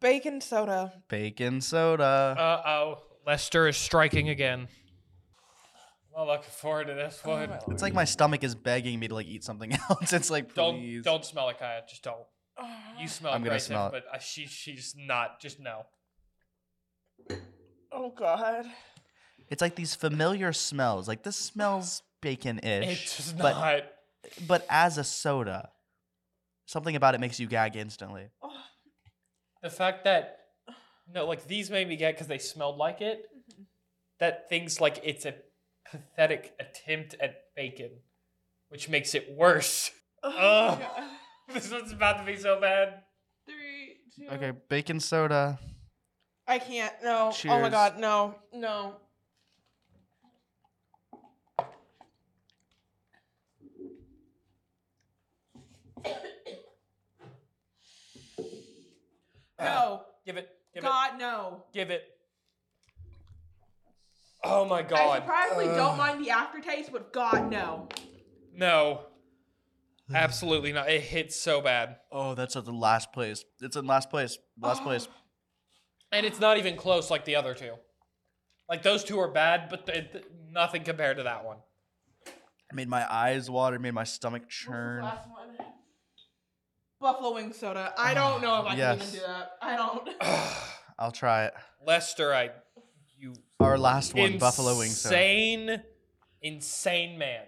S1: Bacon soda.
S3: Bacon soda.
S2: Uh oh, Lester is striking again. Well, looking forward to this
S1: Oh
S2: one.
S1: my
S3: it's like my stomach is begging me to like eat something else. It's like
S2: don't
S3: please.
S2: don't smell it, Kaya. Just don't.
S1: Lord.
S2: You smell
S3: I'm
S2: it,
S3: gonna
S2: Grayson,
S3: smell it.
S2: but uh, she she's not. Just no.
S1: Oh God.
S3: It's like these familiar smells. Like this smells
S2: It's
S3: bacon-ish,
S2: just
S3: but
S2: not.
S3: but as a soda, something about it makes you gag instantly.
S1: Oh.
S2: The fact that no, like these made me gag because they smelled like it.
S3: Mm-hmm.
S2: That things like it's a pathetic attempt at bacon, which makes it worse.
S1: Oh,
S2: Ugh.
S1: my God.
S2: this one's about to be so bad.
S1: Three, two.
S3: Okay, bacon soda.
S1: I can't. No. Oh my
S3: Cheers.
S1: God. No. No. No.
S2: Give it. Give
S1: God, no.
S2: it. Give it. Oh my
S1: I
S2: god.
S1: surprisingly
S2: Ugh.
S1: don't mind the aftertaste, but God, no.
S2: No. Absolutely not. It hits so bad.
S3: Oh, that's at the last place. It's in last place. Last
S1: Oh.
S3: place.
S2: And it's not even close like the other two. Like those two are bad, but th- th- nothing compared to that one.
S3: Made my eyes water. Made my stomach churn.
S1: Last one. Buffalo wing soda. I don't
S2: Ah,
S1: know if I can
S3: Yes.
S1: even do that. I don't.
S3: I'll try it.
S2: Lester, I you
S3: Our last one,
S2: insane,
S3: buffalo wing soda.
S2: insane, insane man.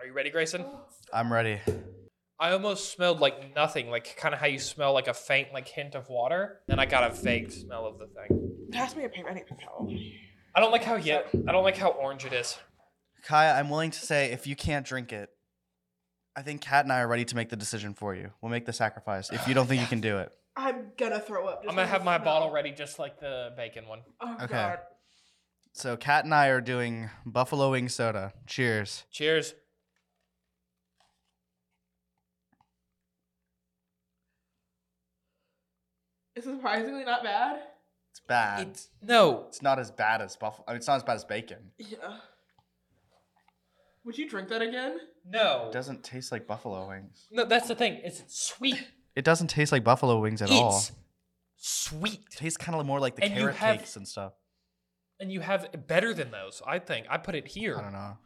S2: Are you ready, Grayson?
S3: I'm ready.
S2: I almost smelled like nothing, like kind of how you smell like a faint like hint of water. Then I got a vague smell of the thing.
S1: Pass me a paper. I need a paper towel.
S2: I don't like how yet. I don't like how orange it is.
S3: Kaya, I'm willing to say if you can't drink it, I think Kat and I are ready to make the decision for you. We'll make the sacrifice if you don't think you can do it.
S1: I'm gonna throw up. just
S2: I'm gonna
S1: from
S2: have
S1: the
S2: my
S1: smell.
S2: bottle ready, just like the bacon one.
S1: Oh
S3: Okay.
S1: God.
S3: So Kat and I are doing buffalo wing soda. Cheers.
S2: Cheers.
S1: It's surprisingly not bad.
S3: It's bad. It's,
S2: It's no.
S3: not as bad as buffalo. I mean, it's not as bad as bacon.
S1: Yeah. Would you drink that again?
S2: No.
S3: It doesn't taste like buffalo wings.
S2: No, that's the thing. It's sweet.
S3: It doesn't taste like buffalo wings at
S2: it's
S3: all.
S2: sweet.
S3: tastes kind of more like the
S2: And you
S3: carrot
S2: have-
S3: cakes and stuff.
S2: And you have better than those, I think. I put it here.
S3: I don't know.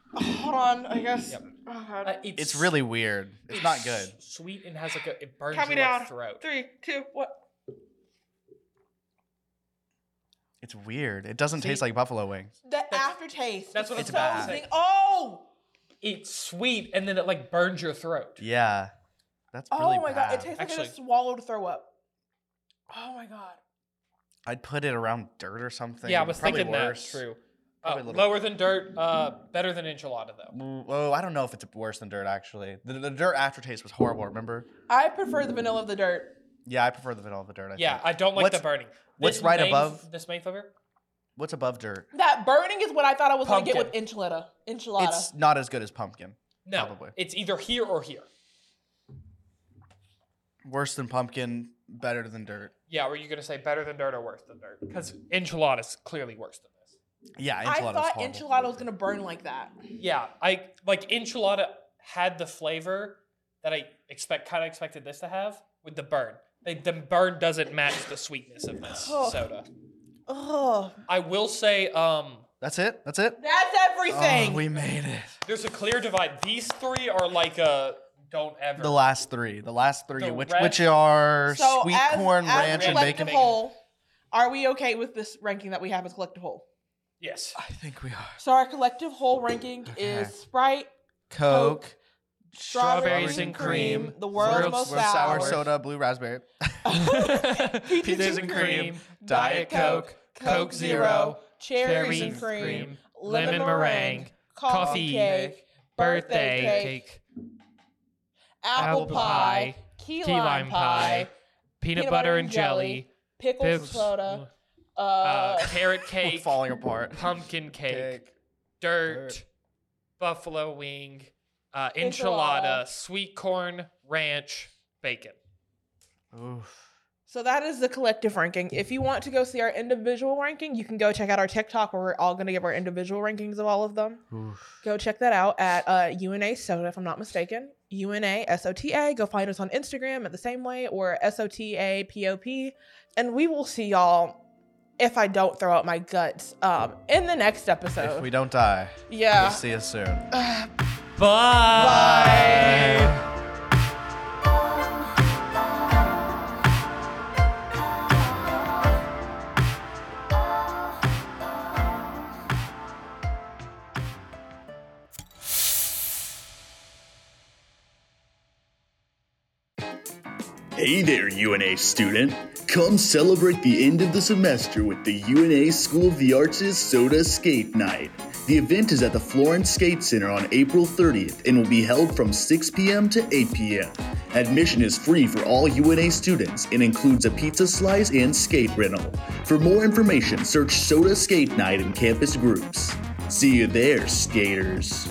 S1: hold on, I guess.
S2: Yep.
S1: Oh God.
S2: Uh,
S3: It's really weird. It's not good.
S2: s- Sweet and has like a it burns
S1: Count me
S2: your like,
S1: down.
S2: throat.
S1: Three, two, what?
S3: It's weird. It doesn't
S2: See?
S3: taste like buffalo wings.
S1: The aftertaste.
S2: that's what
S3: It's
S2: I'm
S3: bad.
S2: saying.
S1: Oh.
S2: It's sweet and then it like burns your throat.
S3: Yeah. That's
S1: Oh
S3: really
S1: my
S3: bad.
S1: God. It tastes like I
S2: Actually-
S1: just swallowed throw up. Oh my God.
S3: I'd put it around dirt or something.
S2: yeah, I was
S3: Probably
S2: thinking
S3: worse.
S2: that's true. Uh,
S3: Probably a little-
S2: lower than dirt, uh, better than enchilada though.
S3: Oh, I don't know if it's worse than dirt actually. The, the dirt aftertaste was horrible. Remember?
S1: I prefer the vanilla of the dirt.
S3: Yeah, I prefer the vanilla of the dirt. I
S2: Yeah,
S3: think.
S2: I don't like
S3: What's-
S2: the burning.
S3: what's
S2: This
S3: right
S2: main-
S3: above?
S2: this main flavor?
S3: What's above dirt?
S1: That burning is what I thought I was gonna get with
S2: Pumpkin.
S1: enchilada. Enchilada.
S3: It's not as good as pumpkin.
S2: No,
S3: Probably.
S2: it's either here or here.
S3: Worse than pumpkin. Better than dirt.
S2: Yeah, were you gonna say better than dirt or worse than dirt? Because enchilada's clearly worse than this.
S3: Yeah,
S1: I
S3: enchilada
S1: thought
S3: was horrible.
S1: enchilada was gonna burn like that.
S2: Yeah, I like enchilada had the flavor that I expect kind of expected this to have with the burn. They, the burn doesn't match the sweetness of this
S1: Oh.
S2: soda.
S1: Oh,
S2: I will say, um,
S3: That's it. That's it.
S1: that's everything.
S3: Oh, we made it.
S2: there's a clear divide. These three are like a don't ever.
S3: The last three. The last three,
S2: The
S3: which
S2: rest-
S3: which are
S1: so
S3: sweet
S1: as,
S3: corn,
S1: as
S3: ranch, and
S1: collective
S3: bacon.
S2: bacon.
S1: whole, are we okay with this ranking that we have as collective whole?
S2: yes.
S3: I think we are.
S1: So our collective whole ranking is
S3: Okay.
S1: Sprite,
S3: Coke,
S1: strawberries,
S2: Strawberries
S1: and
S2: and
S1: cream,
S2: cream,
S1: the world's
S2: world's
S1: most
S2: most
S1: sour,
S3: sour
S2: sour.
S3: soda, blue raspberry.
S2: Pizzas and cream, Diet Coke, Coke Zero,
S1: cherries
S2: cherry
S1: and cream,
S2: cream,
S1: lemon,
S2: lemon
S1: meringue,
S2: meringue,
S1: coffee
S2: coffee
S1: cake, birthday
S2: birthday
S1: cake,
S2: cake,
S1: apple
S2: apple
S1: pie,
S2: pie,
S1: key
S2: key
S1: lime
S2: lime
S1: pie,
S2: pie, peanut butter and jelly,
S1: pickle
S2: pips,
S1: soda,
S2: uh,
S1: uh,
S2: carrot
S3: We're
S2: cake,
S3: falling apart.
S2: pumpkin cake,
S3: Cake.
S2: dirt,
S3: Dirt.
S2: buffalo wing, uh,
S1: Enchilada.
S2: enchilada, sweet corn, ranch, bacon.
S3: Oof.
S1: So that is the collective ranking. If you want to go see our individual ranking, you can go check out our TikTok where we're all going to give our individual rankings of all of them.
S3: Oof.
S1: Go check that out at uh, UNA Soda, if I'm not mistaken. UNA SOTA. Go find us on Instagram at the same way or SOTA POP. And we will see y'all if I don't throw out my guts um, in the next
S3: If
S1: episode.
S3: we don't die, we'll
S1: yeah.
S3: see you soon.
S1: Bye.
S4: Hey there, UNA student! Come celebrate the end of the semester with the UNA School of the Arts' Soda Skate Night. The event is at the Florence Skate Center on April 30th and will be held from 6 p.m. to 8 p.m. Admission is free for all UNA students and includes a pizza slice and skate rental. For more information, search Soda Skate Night in campus groups. See you there, skaters.